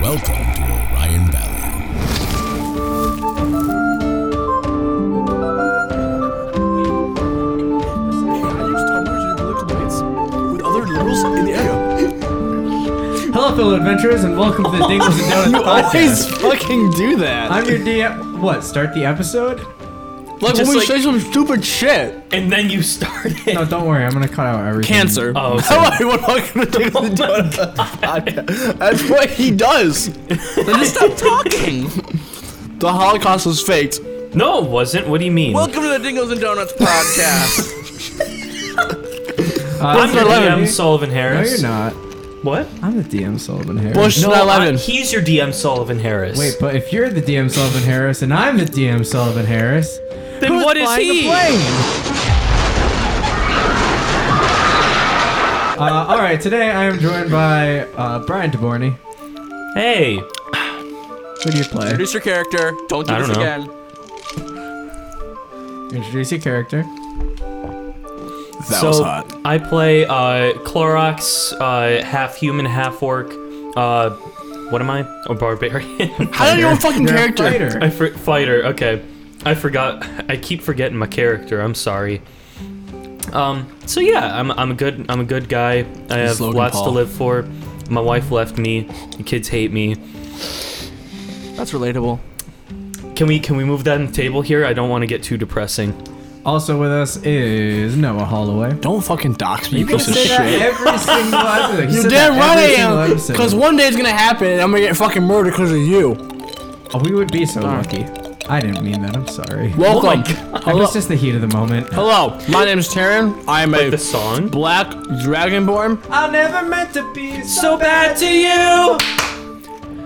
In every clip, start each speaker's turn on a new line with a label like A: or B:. A: Welcome to Orion Valley.
B: I use tumblers and inflict weights with other liberals in the area.
C: Hello, fellow adventurers, and welcome to the Dingles and Donuts podcast.
B: fucking do that.
C: I'm your DM. What? Start the episode?
B: like
D: Just
B: when we
D: like-
B: say some stupid shit.
D: And then you started.
C: No, don't worry. I'm gonna cut out everything.
B: Cancer.
D: Oh, okay.
B: How I would welcome to take the donut podcast. That's what he does. Then just stop talking. The Holocaust was faked.
D: No, it wasn't. What do you mean?
E: Welcome to the Dingles and Donuts podcast.
C: Uh,
D: I'm your
C: the
D: DM
C: DM.
D: Sullivan
C: No,
D: Harris.
C: you're not.
D: What?
C: I'm the DM Sullivan Harris.
B: Bush
D: No,
B: not
D: I-
B: 11.
D: he's your DM Sullivan Harris.
C: Wait, but if you're the DM Sullivan Harris and I'm the DM Sullivan Harris,
D: then what is
C: flying
D: he?
C: The plane? Uh, all right, today I am joined by uh, Brian DeBorney.
D: Hey,
C: Who do you play?
E: Introduce your character. Don't do
D: I
E: this
D: don't know.
E: again.
C: Introduce your character.
B: That
D: so
B: was hot.
D: I play uh, Clorox, uh, half human, half orc. Uh, what am I? A barbarian.
B: How do you know a fucking
C: You're a
B: character?
C: fighter.
D: I for- fighter. Okay, I forgot. I keep forgetting my character. I'm sorry. Um. So yeah, I'm, I'm a good I'm a good guy. I have
B: Logan
D: lots to
B: Paul.
D: live for. My wife left me. The kids hate me.
B: That's relatable.
D: Can we can we move that on the table here? I don't want to get too depressing.
C: Also with us is Noah Holloway.
B: Don't fucking dox me, you
C: You
B: piece of
C: say that
B: shit.
C: every single episode. You
B: You're
C: said
B: damn
C: that
B: right
C: every
B: I am.
C: single episode.
B: Because one day it's gonna happen and I'm gonna get fucking murdered because of you.
C: Oh, we would be so lucky. I didn't mean that. I'm sorry.
B: Welcome.
C: It
B: Hello.
C: was just the heat of the moment.
B: Hello. My name's Taryn. I'm a
D: The song.
B: black dragonborn.
C: I never meant to be
D: So bad to you.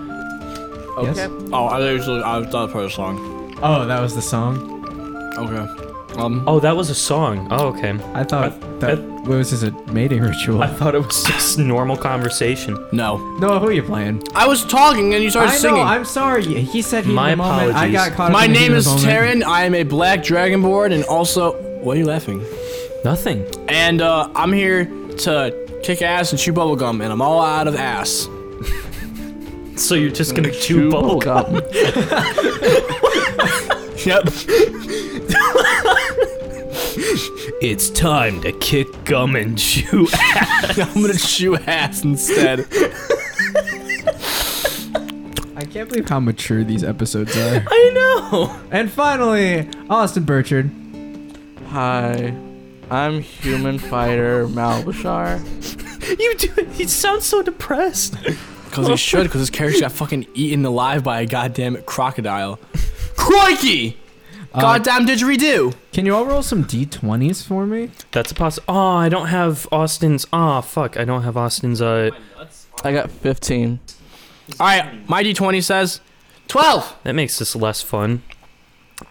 C: Yes.
B: Oh, I usually I thought part of the song.
C: Oh, that was the song.
B: Okay. Um.
D: Oh, that was a song. Oh, okay.
C: I thought
D: I-
C: that
D: I-
C: it was just a mating ritual.
D: I thought it was just normal conversation.
B: No.
C: Noah, who are you playing?
B: I was talking and you started
C: I
B: singing.
C: know. I'm sorry. He said heat
D: My
C: of the moment. I
D: apologies.
C: got caught.
B: My
C: up in the heat
B: name
C: of
B: is
C: the moment.
B: Taryn. I am a black dragonborn and also. What are you laughing?
D: Nothing.
B: And uh, I'm here to kick ass and chew bubblegum, and I'm all out of ass.
D: So you're just gonna chew bubble gum.
B: Yep.
D: It's time to kick gum and chew.
B: I'm gonna chew ass instead.
C: I can't believe how mature these episodes are.
D: I know.
C: and finally, Austin Burchard.
E: Hi, I'm human fighter Malbashar.
D: You do. He sounds so depressed.
B: Because he should, because his character got fucking eaten alive by a goddamn crocodile. Crikey! Uh, Goddamn didgeridoo!
C: Can you all roll some d20s for me?
D: That's a poss. Oh, I don't have Austin's. Ah, fuck. I don't have Austin's. Uh,
E: I got 15.
B: Alright, my d20 says 12!
D: that makes this less fun.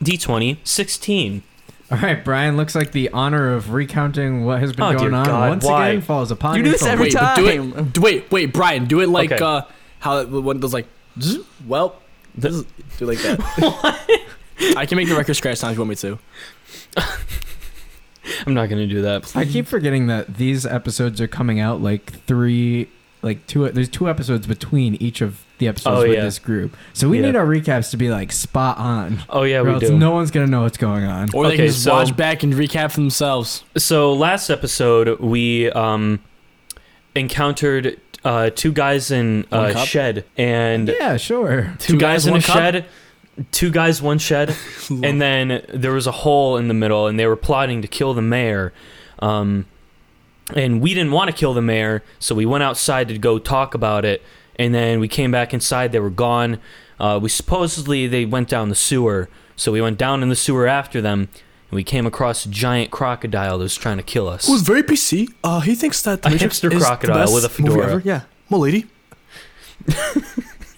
D: D20, 16.
C: All right, Brian looks like the honor of recounting what has been
D: Oh, dear
C: going on
D: God,
C: once
D: why?
C: again falls upon
E: You do
C: your
E: this
B: Wait,
C: shoulders.
E: every
B: but do
E: time.
B: it. d- Wait, wait, Brian, do it like
D: Okay.
B: uh, how it when it does like. zzz, Well, this is, do it like that. I can make the record scratch sound if you want me to.
D: I'm not gonna do that.
C: I keep forgetting that these episodes are coming out like three, like two. There's two episodes between each of the episodes
D: Oh,
C: with
D: yeah.
C: this group, so we
D: Yeah.
C: need our recaps to be like spot on.
D: Oh yeah,
C: or
D: we
C: else
D: do.
C: no one's gonna know what's going on.
B: Or they can
D: Okay,
B: just
D: so-
B: watch back and recap for themselves.
D: So last episode we um encountered uh two guys in
B: One
D: a
B: cup?
D: shed and
C: Yeah, sure.
D: two,
B: Two
D: guys,
B: guys,
D: in a
B: one cup?
D: shed, two guys one shed, and then there was a hole in the middle and they were plotting to kill the mayor. Um and we didn't want to kill the mayor, so we went outside to go talk about it. And then we came back inside; they were gone. Uh, we supposedly they went down the sewer, so we went down in the sewer after them, and we came across a giant crocodile that was trying to kill us.
F: who's very PC. Uh, he thinks that the
D: A
F: Matrix
D: hipster
F: is
D: crocodile
F: the best
D: with a
F: movie
D: fedora.
F: ever. Yeah, milady.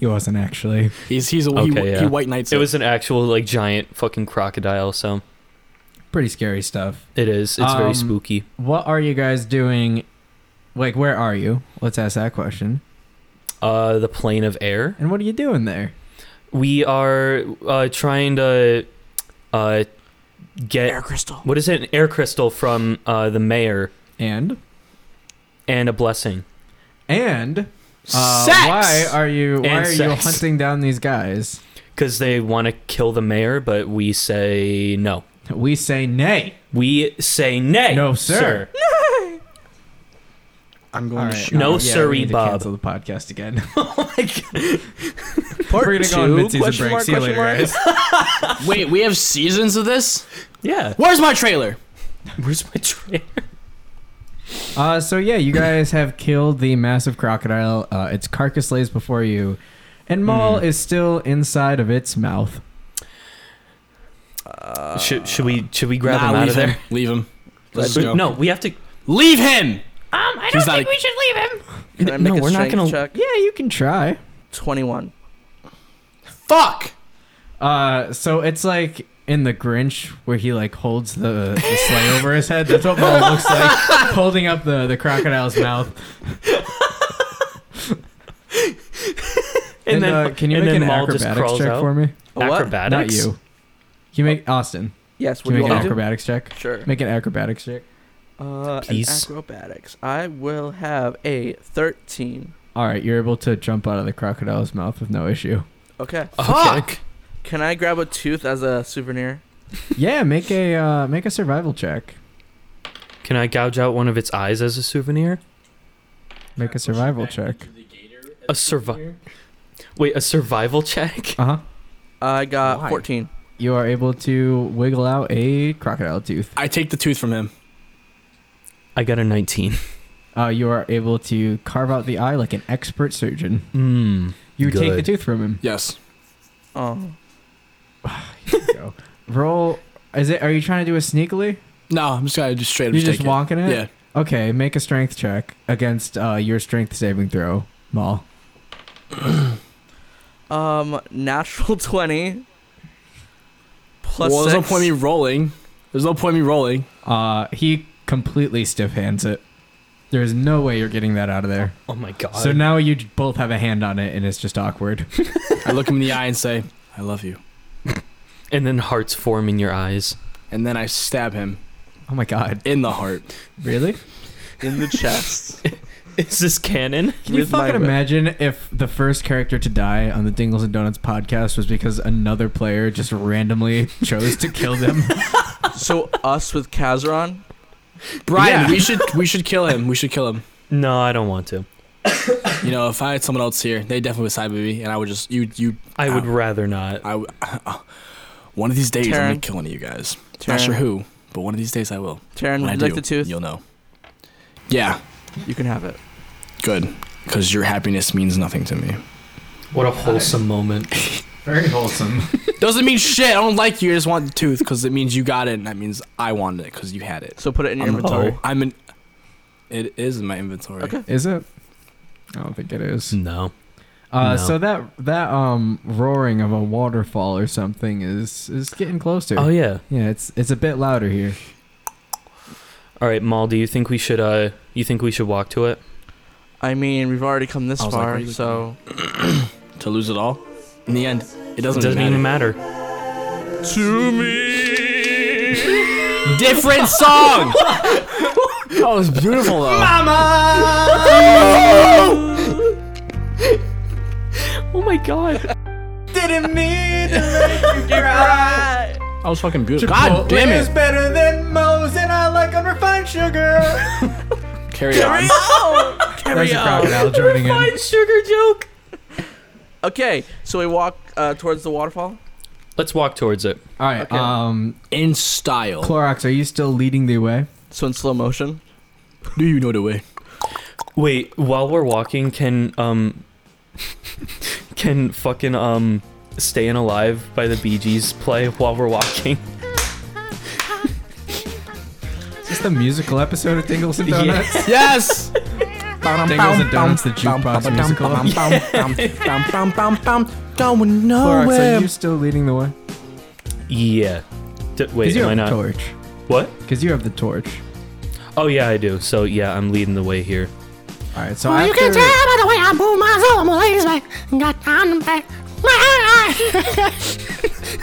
C: He wasn't actually.
B: He's he's a,
D: Okay,
B: he,
D: yeah.
B: he white knights.
D: It was an actual like giant fucking crocodile, so
C: Pretty scary stuff.
D: it is. It's
C: Um,
D: very spooky.
C: What are you guys doing? Like, where are you? Let's ask that question.
D: Uh, the plane of air.
C: And what are you doing there?
D: We are uh, trying to uh, get
F: Air crystal.
D: what is it? An air crystal from uh, the mayor
C: And
D: and a blessing.
C: And uh,
B: Sex!
C: why are you why
D: And
C: are you
D: sex.
C: hunting down these guys?
D: because they want to kill the mayor, but we say no.
C: We say nay.
D: We say nay.
C: No, sir.
B: I'm going
C: All
B: to
C: right.
B: shoot.
D: No,
C: yeah,
D: siree,
C: we need to
D: Bob.
C: Cancel the podcast again.
D: Oh
E: Part
C: We're gonna go on
E: two,
C: mid-season
E: question
C: break.
E: mark,
C: See you
E: question
C: later,
E: mark.
C: guys.
B: Wait, we have seasons of this?
D: Yeah.
B: Where's my trailer?
D: Where's my trailer?
C: Uh, so yeah, you guys have killed the massive crocodile. Uh, its carcass lays before you, and Maul is still inside of its mouth.
E: Uh,
D: should, should we should we grab him
B: nah,
D: out
B: leave
D: of there?
B: him. Leave him. Let's
D: We-
B: go.
D: No, we have to.
B: Leave him!
D: Um, I
B: don't He's not think a-
D: we should leave him.
E: Can I make
D: No,
E: a
D: we're not
E: strength
D: gonna-
E: check?
C: Yeah, you can try.
E: 21.
B: Fuck!
C: Uh, so it's like in the Grinch where he like holds the, the sleigh over his head. That's what Maul looks like, holding up the the crocodile's mouth.
D: And, then
C: uh, can you
D: and
C: make
D: then
C: an
D: Maul just
C: acrobatics
D: crawls
C: check
D: out.
C: for me?
E: A what?
D: Acrobatics?
C: Not you. Can you make Austin?
E: Yes, what
C: Can
E: do
C: you
E: you
C: make an
E: want me to do?
C: acrobatics check?
E: Sure.
C: Make an acrobatics check.
E: Uh, an
D: Please.
E: acrobatics. I will have a 13.
C: All right, you're able to jump out of the crocodile's mouth with no issue.
E: Okay.
B: Fuck!
E: Can I grab a tooth as a souvenir?
C: Yeah, make a uh, make a survival check.
D: Can I gouge out one of its eyes as a souvenir?
C: Make a survival check.
D: A survi- Wait, a survival check?
C: Uh huh.
E: I got
B: Why?
E: 14.
C: You are able to wiggle out a crocodile tooth.
B: I take the tooth from him.
D: I got a 19.
C: Uh, you are able to carve out the eye like an expert surgeon.
D: Mm.
C: You take the
D: Good.
C: tooth from him.
B: Yes.
E: Oh.
C: Go. Roll. Is it? Are you trying to do it sneakily?
B: No, I'm just gonna just straight up
C: You're
B: just
C: just
B: take
C: walking
B: it.
C: it.
B: Yeah.
C: Okay. Make a strength check against uh, your strength saving throw, Maul.
E: Um, natural 20. Plus
B: well, there's
E: six.
B: no point me rolling. There's no point me rolling.
C: Uh, he completely stiff hands it. There is no way you're getting that out of there.
D: Oh my god.
C: So now you both have a hand on it, and it's just awkward.
B: I look him in the eye and say, I love you.
D: and then hearts form in your eyes.
B: And then I stab him
C: Oh my god!
B: in the heart.
C: Really?
E: in the chest.
D: Is this canon?
C: Can you
E: with my
C: fucking
E: whip.
C: imagine if the first character to die on the Dingles and Donuts podcast was because another player just randomly chose to kill them?
E: so us with Kazaron.
B: Brian,
C: Yeah.
B: we should we should kill him. We should kill him.
D: No, I don't want to.
B: You know, if I had someone else here, they definitely would side with me, and I would just you you.
D: I would
B: Ow.
D: rather not.
B: I would- one of these days I'm gonna
E: Taryn.
B: kill one of you guys.
E: Taryn,
B: Not sure who, but one of these days I will.
E: Taryn,
B: When
E: would
B: I
E: you
B: do,
E: like the tooth?
B: you'll know. Yeah,
E: You can have it.
B: good, because your happiness means nothing to me.
D: What a wholesome moment.
C: Very wholesome.
B: Doesn't mean shit. I don't like you. I just want the tooth because it means you got it, and that means I wanted it because you had it.
E: So put it in your
B: I'm a- Oh,
E: inventory.
B: I'm in. It is in my inventory.
E: Okay.
C: Is it? I don't think it is.
D: No.
C: Uh,
D: No.
C: So that that um roaring of a waterfall or something is is getting closer.
D: Oh yeah.
C: yeah, it's it's a bit louder here.
D: All right, Maul. Do you think we should? Uh, you think we should walk to it?
E: I mean, we've already come this
B: I was like, what
E: far,
B: are you
E: so
B: To lose it all, in the end, it doesn't,
D: It doesn't
B: matter.
D: even matter.
B: Different song. that was beautiful though.
D: Oh my god.
B: That was fucking beautiful. God damn it.
C: better than Moe's, and I like unrefined sugar.
B: Carry on.
C: There's a crocodile joining in.
D: Sugar joke.
E: okay. So we walk uh, towards the waterfall.
D: Let's walk towards it.
C: All right,
E: Okay.
C: um,
B: In style.
C: Clorox, are you still leading the way?
E: So in slow motion.
B: Do you know the way?
D: Wait. While we're walking, can um, can fucking um, staying alive by the Bee Gees play while we're walking?
C: Is this the musical episode of Dingles and Donuts?
B: Yes.
C: Dingles and Donuts, the jukebox musical.
B: Going
C: Clorox,
B: nowhere.
C: are you still leading the way?
D: Yeah. D- wait.
C: Because you
D: am I
C: have
D: not?
C: the torch.
D: What?
C: Because you have the torch.
D: Oh yeah, I do. So yeah, I'm leading the way here.
C: All right, so
G: Well,
C: after
G: you can tell by the way I move myself. I'm a ladies' man. Got time to pay.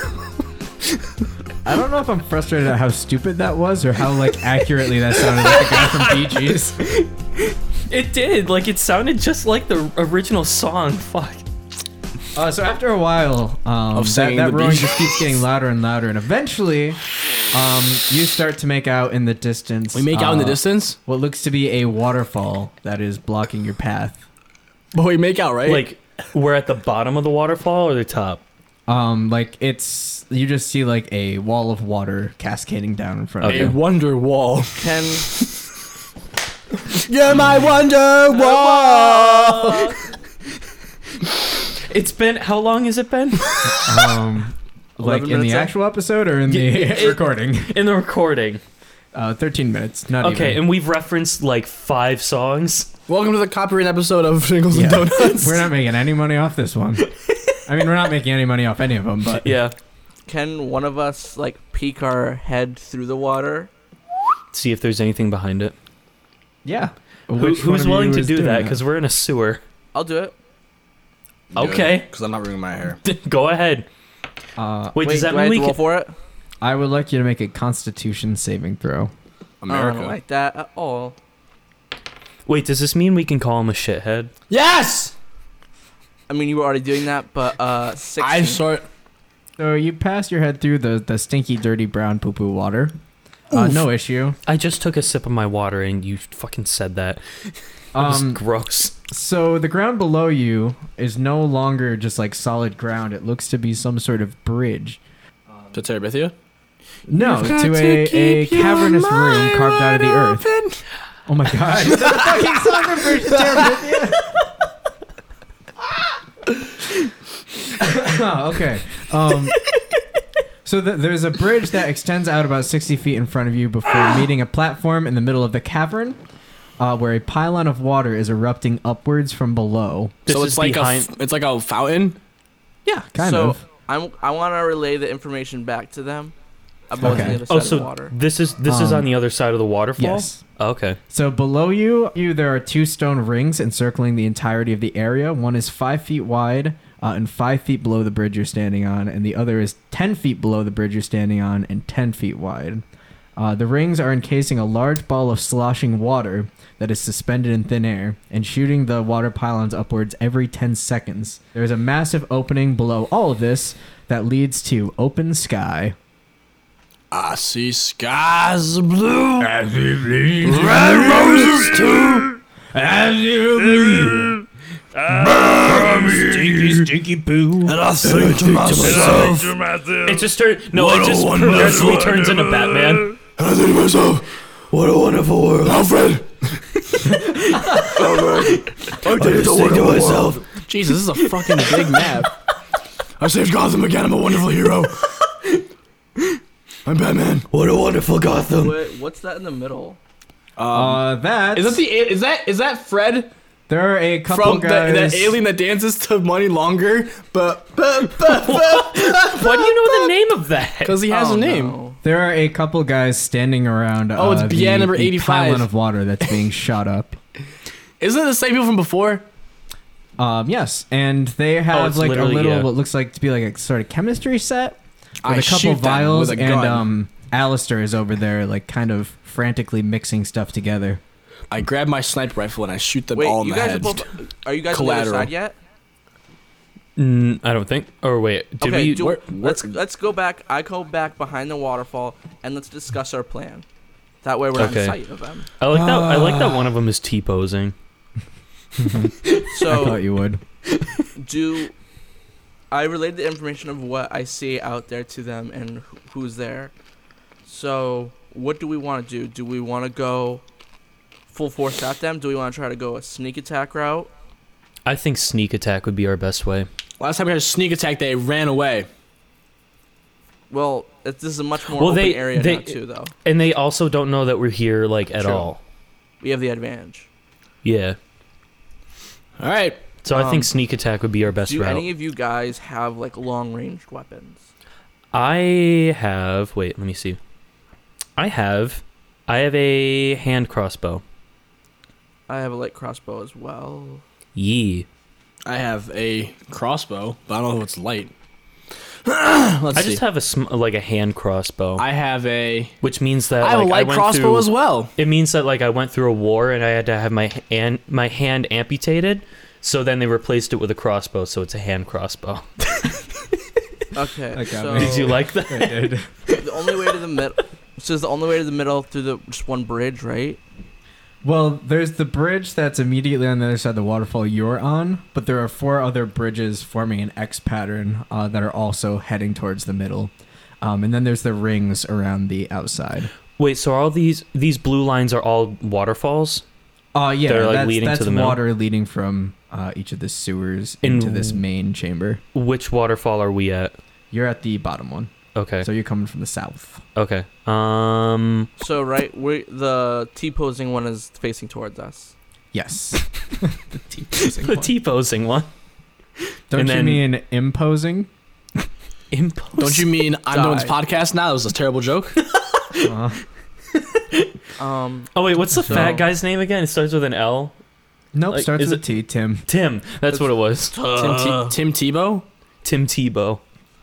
C: I don't know if I'm frustrated at how stupid that was or how like accurately that sounded like the guy from BG's.
D: It did. Like it sounded just like the original song. Fuck.
C: Uh, so after a while, um,
H: Of
C: that,
H: singing
C: that
H: the
C: roaring
H: Bee
C: just keeps getting louder and louder, and eventually, um, you start to make out in the distance.
H: We make out in
D: Ah.
H: the
C: uh,
H: distance,
C: What looks to be a waterfall that is blocking your path.
H: but we make out, right?
D: Like we're at the bottom of the waterfall or the top.
C: Um, like it's you just see like a wall of water cascading down in front of
D: Okay.
C: you.
B: A wonder wall.
E: Can
H: you're my wonder wall.
D: It's been how long has it been?
C: Um, like in
E: 11
C: the
E: minutes in?
C: actual episode or in the
D: it-
C: recording?
D: In the recording.
C: Uh, Thirteen minutes. Not
D: Okay,
C: even.
D: and we've referenced like five songs.
H: Welcome to the copyright episode of Shingles
C: Yeah.
H: and Donuts.
C: We're not making any money off this one. I mean, we're not making any money off any of them, but
D: Yeah.
E: can one of us like peek our head through the water?
D: See if there's anything behind it.
C: yeah.
D: Who,
C: Which one
D: who's
C: of you
D: willing to
C: is
D: do
C: doing
D: that? Because we're in a sewer.
E: I'll do it.
D: Okay.
H: Because I'm not ruining my hair.
D: Go ahead.
C: Uh,
D: Wait, does that
E: do I
D: mean we
E: have to roll
D: can?
E: for it?
C: I would like you to make a Constitution saving throw.
H: Oh,
E: I don't like that at all.
D: Wait, does this mean we can call him a shithead?
H: Yes!
E: I mean, you were already doing that, but uh, six.
H: I sort.
C: So you pass your head through the, the stinky, dirty brown poo poo water. Uh, no issue.
D: I just took a sip of my water and you fucking said that. That was
C: Um,
D: gross.
C: so the ground below you is no longer just like solid ground. It looks to be some sort of bridge.
H: To Terabithia?
C: No, to Oh, a, a cavernous room carved out of the earth. Oh my god. It's a fucking soccer bridge to Terabithia. okay. Um, so th- there's a bridge that extends out about 60 feet in front of you before meeting a platform in the middle of the cavern uh, where a pylon of water is erupting upwards from below.
D: This
H: so
D: is
H: it's like,
D: behind-
H: a, f- it's like a fountain?
C: Yeah, kind
E: so
C: of.
E: I'm, I want to relay the information back to them about
C: Okay.
E: the other side
D: Oh,
E: of the
D: so
E: water.
D: this is this is
C: Um,
D: on the other side of the waterfall.
C: Yes.
D: Oh, okay.
C: So below you, you there are two stone rings encircling the entirety of the area. One is five feet wide uh, and five feet below the bridge you're standing on, and the other is ten feet below the bridge you're standing on and ten feet wide. Uh, the rings are encasing a large ball of sloshing water that is suspended in thin air and shooting the water pylons upwards every 10 seconds. There is a massive opening below all of this that leads to open sky.
H: I see skies blue. Red roses too. And I think to myself,
D: It just turns. No,
H: What
D: it
H: a
D: just
H: wonderful-
D: progressively turns into Batman.
H: and I think to myself, what a wonderful world. Alfred! Alfred! I did think to myself,
B: Jesus, this is a fucking big map.
H: I saved Gotham again. I'm a wonderful hero. I'm Batman. What a wonderful Gotham.
E: What, what's that in the middle?
C: Uh,
B: Um,
C: that
B: Is that the is that is that Fred
C: there are a couple
B: from the,
C: guys.
B: that alien that dances to Money Longer? But
D: Why do you know the name of that?
B: because he has
E: Oh,
B: a name.
E: no.
C: There are a couple guys standing around.
B: Oh, it's
C: uh, the-
B: BN number
C: the
B: 85.
C: Pylon of water that's being shot up.
B: Isn't it the same people from before?
C: Um, yes, and they
B: Oh,
C: have
D: it's
C: like a
D: literally,
C: little
D: yeah.
C: what looks like to be like a sort of chemistry set
B: I
C: with a
B: shoot
C: couple
B: them
C: vials,
B: with a
C: and
B: gun.
C: um, Alistair is over there like kind of frantically mixing stuff together.
B: I grab my sniper rifle and I shoot them
E: Wait,
B: all in
E: you
B: the
E: guys
B: head.
E: are both. Are you guys on the
B: Collateral.
E: other side yet?
D: Mm, I don't think. Or wait, did
E: okay,
D: we?
E: do-
B: where-
E: let's let's go back. I go back behind the waterfall and let's discuss our plan. That way we're not
D: Okay.
E: in sight of them.
D: I like that. I like
E: Ah.
D: that one of them is t posing.
C: I
E: So
B: Oh.
C: thought you would.
E: do I relate the information of what I see out there to them and wh- who's there. So what do we want to do? Do we want to go full force at them? Do we want to try to go a sneak attack route?
D: I think sneak attack would be our best way.
B: Last time we had a sneak attack, they ran away.
E: Well, it, this is a much more
D: Well,
E: open
D: they-
E: area
D: they-
E: now too, though.
D: And they also don't know that we're here like at
B: True.
D: all.
E: We have the advantage.
D: Yeah.
B: All right,
D: So I
E: Um,
D: think sneak attack would be our best
E: do
D: route.
E: any of you guys have like long ranged weapons?
D: I have. Wait, let me see. I have. I have a hand crossbow.
E: I have a light crossbow as well.
D: Yee.
B: I have a crossbow, but I don't know if it's light. Let's
D: I
B: see.
D: just have a sm- like a hand crossbow,
B: I have a.
D: which means that
B: I have
D: like,
B: a
D: I
B: light
D: went
B: crossbow
D: through,
B: as well.
D: It means that like I went through a war and I had to have my hand my hand amputated. So then they replaced it with a crossbow, so it's a hand crossbow.
E: Okay.
C: That got
E: so
C: me.
D: Did
B: Oh.
D: you like that?
E: the only way to the middle. So is the only way to the middle through the just one bridge, right?
C: Well, there's the bridge that's immediately on the other side of the waterfall you're on, but there are four other bridges forming an X pattern uh, that are also heading towards the middle. Um, and then there's the rings around the outside.
D: Wait, so all these these blue lines are all waterfalls?
C: Uh, yeah,
D: They're, like,
C: that's,
D: leading to
C: that's
D: the middle?
C: water leading from uh, each of the sewers
D: In-
C: into this main chamber.
D: Which waterfall are we at?
C: You're at the bottom one,
D: Okay.
C: so you're coming from the south.
D: Okay. Um
E: So right, we the T posing one is facing towards us.
C: Yes. the T
D: the T posing one.
C: Don't
D: and
C: you
D: then-
C: mean imposing?
D: Impulse.
B: Don't you mean I'm doing this
C: Die.
B: podcast now? That was a terrible joke.
C: Uh,
E: Um,
D: Oh wait, what's the
E: So-
D: fat guy's name again? It starts with an L.
C: nope,
D: Like,
C: starts
D: is
C: with a T. Tim.
D: Tim. That's what it was. Uh,
B: Tim, T- Tim Tebow.
D: Tim Tebow.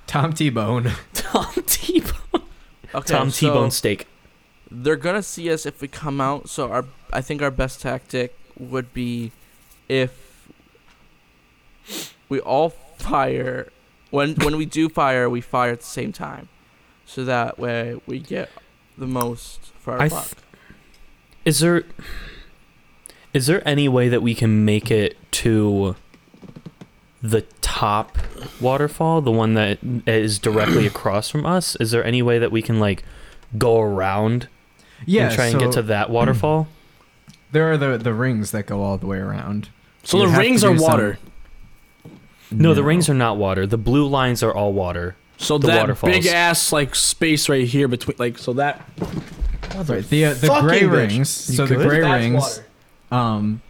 C: Tom T Bone.
D: Tom Tebow.
E: okay,
D: Tom
E: so
D: T-bone steak.
E: They're gonna see us if we come out. So our I think our best tactic would be if we all fire when when we do fire, we fire at the same time, so that way we get the most for our
D: I
E: buck.
D: th- Is there is there any way that we can make it to the top waterfall, the one that is directly across from us? Is there any way that we can like go around
C: Yeah.
D: and try and get
C: so-
D: to that waterfall?
C: There are the the rings that go all the way around.
B: So
C: You
B: the
C: have to
B: rings
C: do
B: are
C: some-
B: water.
D: No, the rings are not water. The blue lines are all water.
B: So
D: The
B: that
D: waterfalls.
B: big ass like space right here between like so that
C: Right, the uh, the
B: Fucking
C: gray
B: bitch.
C: rings. so the
D: good?
C: gray
B: That's
C: rings.
B: water.
C: Um,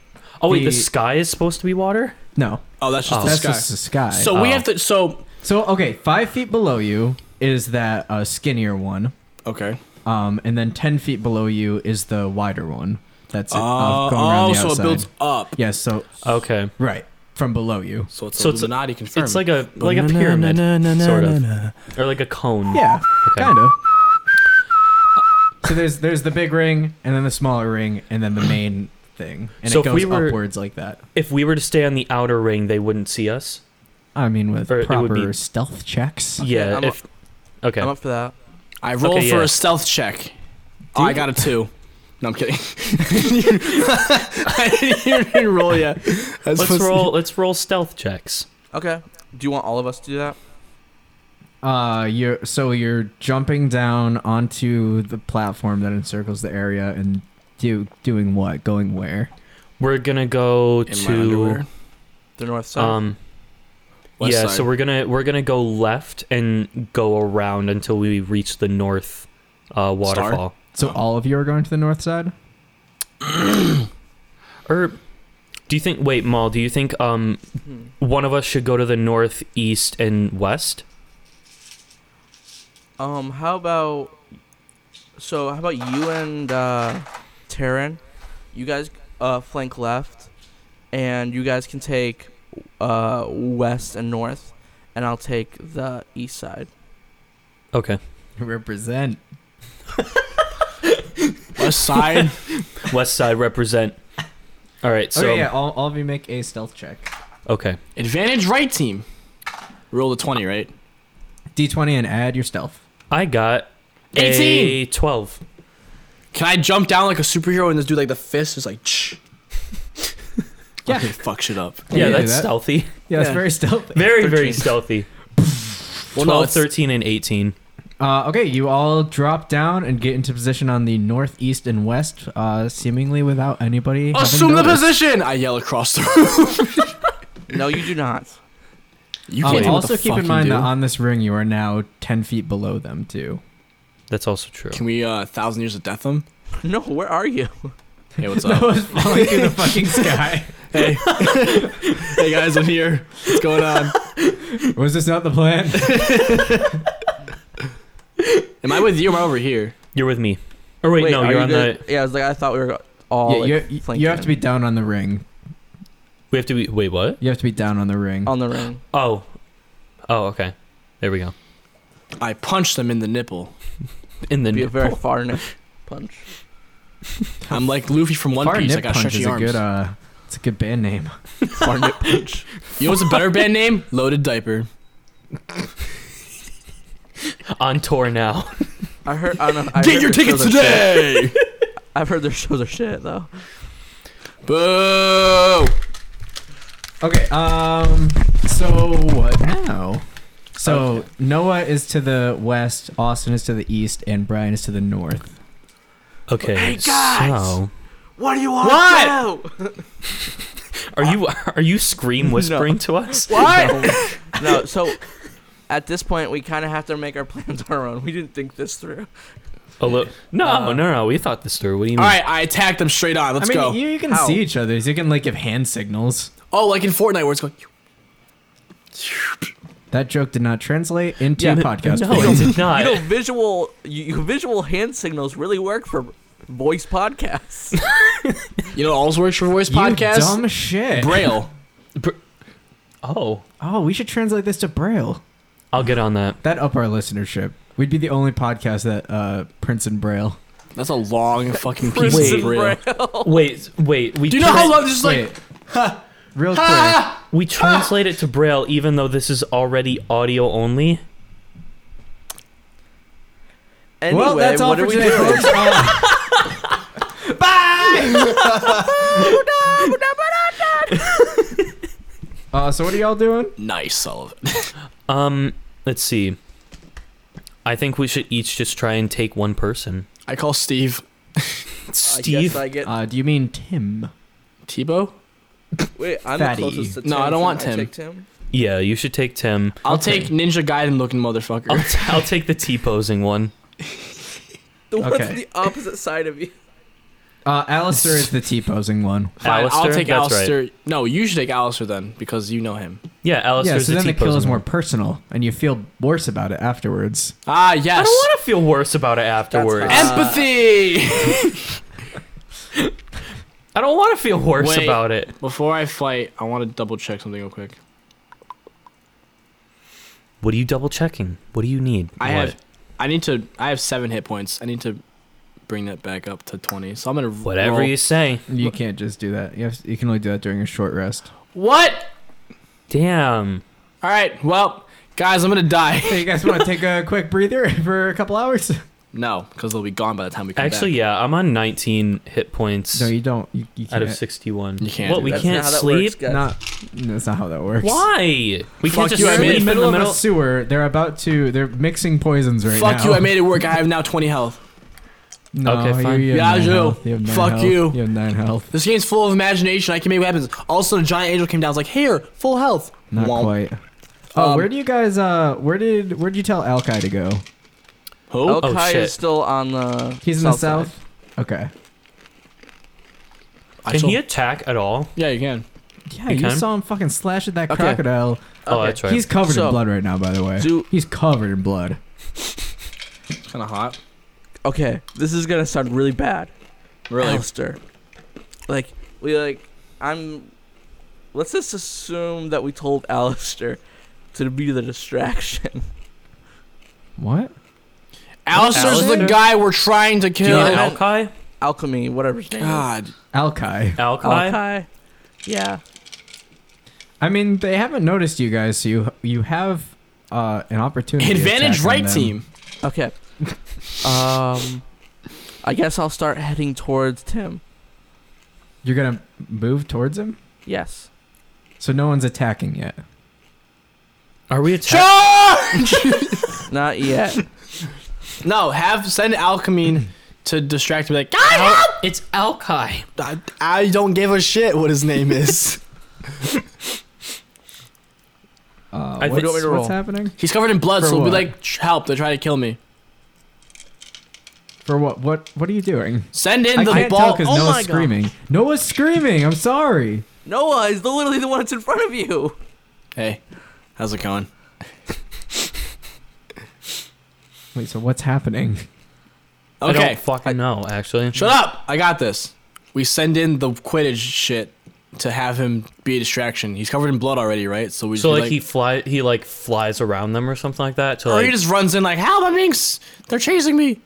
D: Oh wait, the,
C: The-
D: sky is supposed to be water?
C: no,
B: Oh, that's just
D: Oh.
B: the
C: that's
B: sky.
C: just the sky.
B: so
C: So,
B: we
D: Oh.
B: have to. So
C: okay, five feet below you is that uh, skinnier one,
B: okay.
C: um, and then ten feet below you is the wider one. That's it,
D: Ah,
B: Uh,
C: uh, going around
B: oh,
C: the
B: so
C: outside.
B: it builds up.
C: Yes. So
D: Okay.
C: right from below you.
B: So it's
D: So
B: so
D: it's a-
B: Illuminati confirmed.
D: It's like a like a pyramid sort of or like a cone.
C: Yeah,
D: Okay.
C: kind of. So there's there's the big ring, and then the smaller ring, and then the main thing, and
D: So
C: it
D: if
C: goes
D: we were-
C: upwards like that.
D: If we were to stay on the outer ring, they wouldn't see us.
C: I mean, with
D: Or it would
C: proper
D: be-
C: stealth checks.
D: yeah.
E: I'm-
D: if okay.
E: I'm up for that.
B: I roll
D: Okay,
B: for
D: yeah.
B: a stealth check. Oh, I got a two. No, I'm kidding. I didn't even roll yet. That's
D: let's
B: what's-
D: roll. Let's roll stealth checks.
E: Okay. Do you want all of us to do that?
C: Uh, you're so you're jumping down onto the platform that encircles the area, and do doing what? Going where?
D: We're gonna go
B: In my
D: to
B: underwear.
E: The north side.
D: um.
B: West
D: yeah,
B: side.
D: so we're gonna we're gonna go left and go around until we reach the north uh, waterfall.
C: So
B: Oh.
C: all of you are going to the north side.
D: Or Er, do you think? Wait, Maul. Do you think um
E: Hmm.
D: one of us should go to the north, east, and west?
E: Um, how about so? How about you and uh, Taryn? You guys uh, flank left, and you guys can take uh, west and north, and I'll take the east side.
D: Okay.
C: Represent.
B: West side.
D: West side represent. All right. So
C: okay, Oh, yeah, all, all of you make a stealth check.
D: okay.
B: Advantage right team. Roll the 20, right?
C: D20 and add your stealth.
D: I got a
B: 18.
D: twelve.
B: Can I jump down like a superhero and just do like the fist? It's like, shh.
C: Yeah.
B: Okay, fuck shit up.
C: You
D: Yeah,
C: can do
D: that's
C: that.
D: stealthy.
C: Yeah, it's
E: Yeah.
C: very stealthy.
D: Very very
E: 13.
D: stealthy.
B: Well,
D: 12,
B: no, it's-
D: 13, and eighteen.
C: Uh, okay, you all drop down and get into position on the north, east, and west, uh, seemingly without anybody. having
B: Assume the
C: noticed.
B: position! I yell across the room.
E: No, you do not.
B: You
C: Um,
B: can't do what
C: also,
B: the
C: keep
B: fuck
C: in
B: you
C: mind
B: do.
C: that on this ring, you are now ten feet below them too.
D: That's also true.
B: Can we, uh, Thousand Years of Death them?
E: No, where are you?
B: Hey, what's up?
C: was falling through the fucking sky.
B: hey. hey, guys, I'm here. What's going on?
C: Was this not the plan?
B: Am I with you or am I over here?
D: You're with me. Or wait, no,
E: are
D: you're
E: you
D: on
E: guys-
D: the.
E: Yeah, I was like, I thought we were all.
C: yeah,
E: like,
C: you, you
E: flanking
C: have to be down on the ring.
D: We have to be. Wait, what?
C: You have to be down on the ring.
E: on the ring.
D: Oh. Oh, okay. There we go.
B: I punched them in the nipple.
D: In the
E: Be a very
D: nipple.
E: far nip punch.
B: I'm like Luffy from One
C: Far
B: Piece. I
C: Nip
B: got
C: Punch
B: stretchy
C: is a
B: arms.
C: good. Uh, it's a good band name.
E: Far nip punch.
B: you know what's a better band name? Loaded Diaper.
D: on tour now.
E: I heard. I don't know. I heard
B: Get your
E: their
B: tickets
E: shows are shit.
B: today.
E: I've heard their shows are shit though.
B: Boo!
C: Okay. Um. So what now? So Noah is to the west, Austin is to the east, and Brian is to the north.
D: Okay.
E: Hey, guys!
D: So,
E: What do you want?
B: What?
E: to do?
D: are you are you scream whispering to us?
E: What? No. No, So at this point, we kind of have to make our plans on our own. We didn't think this through.
D: A li- no,
E: Uh,
D: no, no. We thought this through. What do you
B: All
D: mean?
B: right, I attacked them straight on. Let's
C: I mean,
B: go.
C: you, you can
E: How?
C: see each other. You can like give hand signals.
B: oh, like in Fortnite where it's going.
C: That joke did not translate into
E: Yeah,
C: podcast.
D: No,
C: form.
D: it did
E: You know,
D: not.
E: visual you, you- visual hand signals really work for voice podcasts.
B: You know, what alls works for voice
C: You
B: podcast.
C: dumb shit.
B: Braille.
D: Oh,
C: oh, we should translate this to Braille.
D: I'll get on that.
C: That up our listenership. We'd be the only podcast that uh, prints in Braille.
B: That's a long fucking piece
D: Wait.
B: of Braille.
D: Wait, wait. We
B: Do you know how
D: trans-
B: long this is like?
C: Wait. Real quick.
D: we translate it to braille, even though this is already audio only?
E: Anyway,
C: well, that's all
E: what
C: for
E: are we
C: today,
E: doing?
C: folks. Uh, uh, so what are y'all doing?
B: Nice, Sullivan.
D: Um, let's see. I think we should each just try and take one person.
B: I call Steve
E: I
D: Steve,
E: guess I get.
C: Uh, do you mean Tim?
B: Tebow.
E: wait, I'm
C: fatty.
E: the closest to Tim.
B: No, I don't
E: so
B: want Tim.
E: take Tim.
D: yeah, you should take Tim.
B: I'll
C: Okay.
B: take Ninja Gaiden looking motherfucker.
D: I'll, t- I'll take the T posing one.
E: The one's
C: Okay.
E: on the opposite side of you.
C: Uh, Alistair is the T posing one.
B: Fine, I'll
D: Alistair?
B: take
D: That's right.
B: Alistair. No, you should take Alistair then because you know him.
D: Yeah,
C: yeah,
D: Alistair's
C: so then the
D: the T
C: kill is
D: posing
C: more
D: one.
C: personal, and you feel worse about it afterwards.
B: Ah,
D: I
B: yes.
D: don't want to feel worse about it afterwards.
E: hot.
B: Empathy.
D: I don't want to feel worse
B: Wait.
D: about it.
B: Before I fight, I want to double check something real quick.
D: What are you double checking? What do you need?
B: I
D: What?
B: have, I need to. I have seven hit points. I need to bring that back up to twenty. So I'm gonna
D: whatever
B: roll-
D: you say.
C: You can't just do that. You, have, you can only do that during a short rest.
B: What?
D: Damn.
B: All right. Well, guys, I'm gonna die.
C: Hey, you guys want to take a quick breather for a couple hours?
B: No, because they'll be gone by the time we come
D: Actually, yeah, I'm on 19 hit points
C: No, you don't. You, you
D: out
C: can't.
D: of 61.
B: You can't
D: What?
B: do
D: We
B: that.
E: That's
D: can't
E: not how that
D: sleep.
E: Works, guys.
C: Not, no, that's not how that works.
D: Why? We
B: Fuck
D: can't just
B: you, I
C: They're
D: sleep
B: made
C: in
D: in
C: the middle
D: the
C: of
D: middle.
C: a sewer. They're about to. They're mixing poisons right now.
B: Fuck you. I made it work. I have now twenty health.
C: No,
D: Okay,
C: you-
D: fine.
C: You,
B: Yeah,
C: have nine
B: you.
C: health. You have nine
B: Fuck
C: health.
B: you.
C: You have nine health.
B: This game's full of imagination. I can make weapons. Also, a giant angel came down. I was like, "Here, full health."
C: Not
B: Womp.
C: quite. Oh,
B: Um,
C: where do you guys? Uh, where did where did you tell Alki to go?
B: Who?
E: Elkai
D: Oh, shit.
E: Oh, is still on the.
C: He's in the
E: side.
C: south. Okay.
B: I
D: Can
B: shall-
D: he attack at all?
B: Yeah, you can.
C: Yeah,
D: You
C: you
D: can?
C: saw him fucking slash at that
B: Okay.
C: crocodile.
D: Oh,
E: Okay.
D: that's right.
C: He's covered
E: So,
C: in blood right now, by the way.
E: do-
C: He's covered in blood.
B: Kind of hot.
E: Okay, this is gonna sound really bad.
B: Really?
E: Alistair. Like we like I'm let's just assume that we told Alistair to be the distraction.
C: What?
B: Alistair's the
C: Alistair?
B: guy we're trying to
D: Do you
B: kill.
D: need Alki?
E: Alchemy, whatever his name
B: God.
C: Alki.
E: is.
D: Alki?
E: Alki. Yeah.
C: I mean, they haven't noticed you guys, so you you have uh, an opportunity. to
B: Advantage
C: attack on
B: right
C: them.
B: team.
E: Okay. um I guess I'll start heading towards Tim.
C: You're gonna move towards him,
E: Yes.
C: so no one's attacking yet.
D: Are we attacking?
B: Charge!
E: Not yet.
B: no, have send Alchemine to distract me. Like, God,
D: It's Alki.
B: I, I don't give a shit what his name is.
C: Uh,
D: I
C: what's,
D: think-
E: What's
C: what's
E: roll?
C: happening?
B: He's covered in blood,
C: For
B: so he'll be
C: what?
B: like, "Sh- help! They're trying to kill me.
C: For what? What? What are you doing?
B: Send in
C: I
B: the
C: can't
B: ball.
C: tell because
B: oh
C: Noah's
B: my god!
C: screaming. Noah's screaming. I'm sorry.
E: Noah is literally the one that's in front of you.
B: Hey, how's it going?
C: Wait. So what's happening?
D: I
B: Okay,
D: don't fucking know, actually.
B: shut up. I got this. We send in the Quidditch shit. to have him be a distraction. He's covered in blood already, right? So we just
D: So
B: be
D: like, he fly he like flies around them or something like that. To
B: or
D: like,
B: Oh, he just runs in like, "Help! I'm minx! They're chasing me!"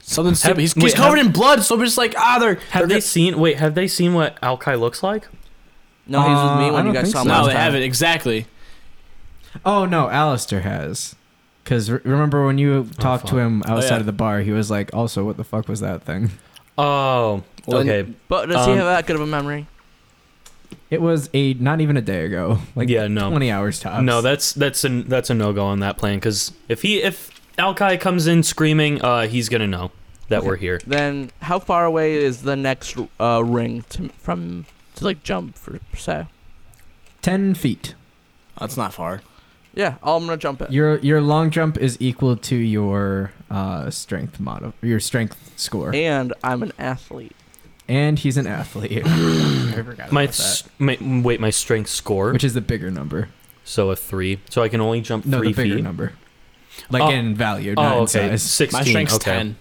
B: Something stupid. He's, he's
D: wait,
B: covered
D: have-
B: in blood, so we're just like, ah, they're.
D: have
B: they're
D: they seen? Wait, have they seen what Alki looks like?
E: No, he was with
C: Uh,
E: me
C: I
E: when you
C: don't
E: guys
C: think
E: saw him
C: so.
E: last
B: no, they
E: time.
B: haven't exactly.
C: Oh no, Alistair has. Because remember when
D: Oh,
C: you talked to him outside
B: yeah.
C: of the bar, he was like, "Also, what the fuck was that thing?"
D: Oh,
B: Well, then-
D: okay.
E: But does
D: Um,
E: he have that good of a memory?
C: It was a not even a day ago. Like
D: Yeah, no.
C: twenty hours tops.
D: No, that's that's a that's a no go on that plan because if he if Alki comes in screaming, uh, he's gonna know that we're here.
E: Then how far away is the next uh, ring to, from to like jump for per se?
C: ten feet.
B: That's not far.
E: Yeah, I'm gonna jump it.
C: Your your long jump is equal to your uh, strength mod your strength score,
E: And I'm an athlete.
C: and he's an athlete. I forgot
D: My,
C: about that.
D: s my wait, my strength score.
C: Which is the bigger number?
D: so a three. So I can only jump
C: No,
D: three
C: the bigger
D: feet.
C: number. Like
D: Oh.
C: in value,
D: Oh,
C: not in
D: okay.
C: size.
D: Sixteen.
B: My strength's
D: okay.
B: ten.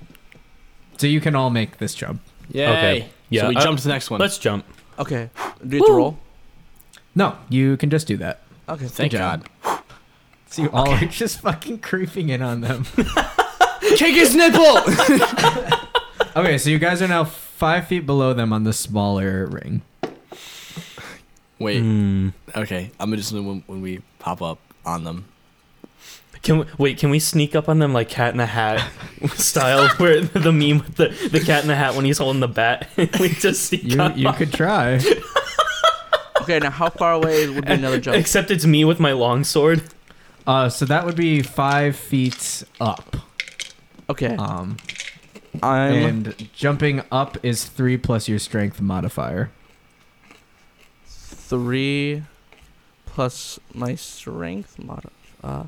C: So you can all make this jump.
B: Yay.
D: Okay. Yeah.
B: So we
D: uh,
B: jump to the next one.
D: Let's jump.
E: Okay, do you have to roll?
C: No, you can just do that.
E: Okay,
B: Thank
C: Good job.
B: God.
C: So you all are just fucking creeping in on them.
B: Kick his nipple.
C: Okay, so you guys are now five feet below them on the smaller ring.
B: Wait.
D: Hmm.
B: Okay. I'm gonna just when, when we pop up on them.
D: Can we, wait? Can we sneak up on them like Cat in the Hat style, where the meme with the, the Cat in the Hat when he's holding the bat, we just sneak
C: You
D: up.
C: you
D: on-
C: could try.
E: Okay, now how far away would be another jump?
D: Except it's me with my long sword.
C: Uh, so that would be five feet up.
E: Okay,
C: Um,
E: I'm
C: and jumping up is three plus your strength modifier.
E: three plus my strength mod. Uh,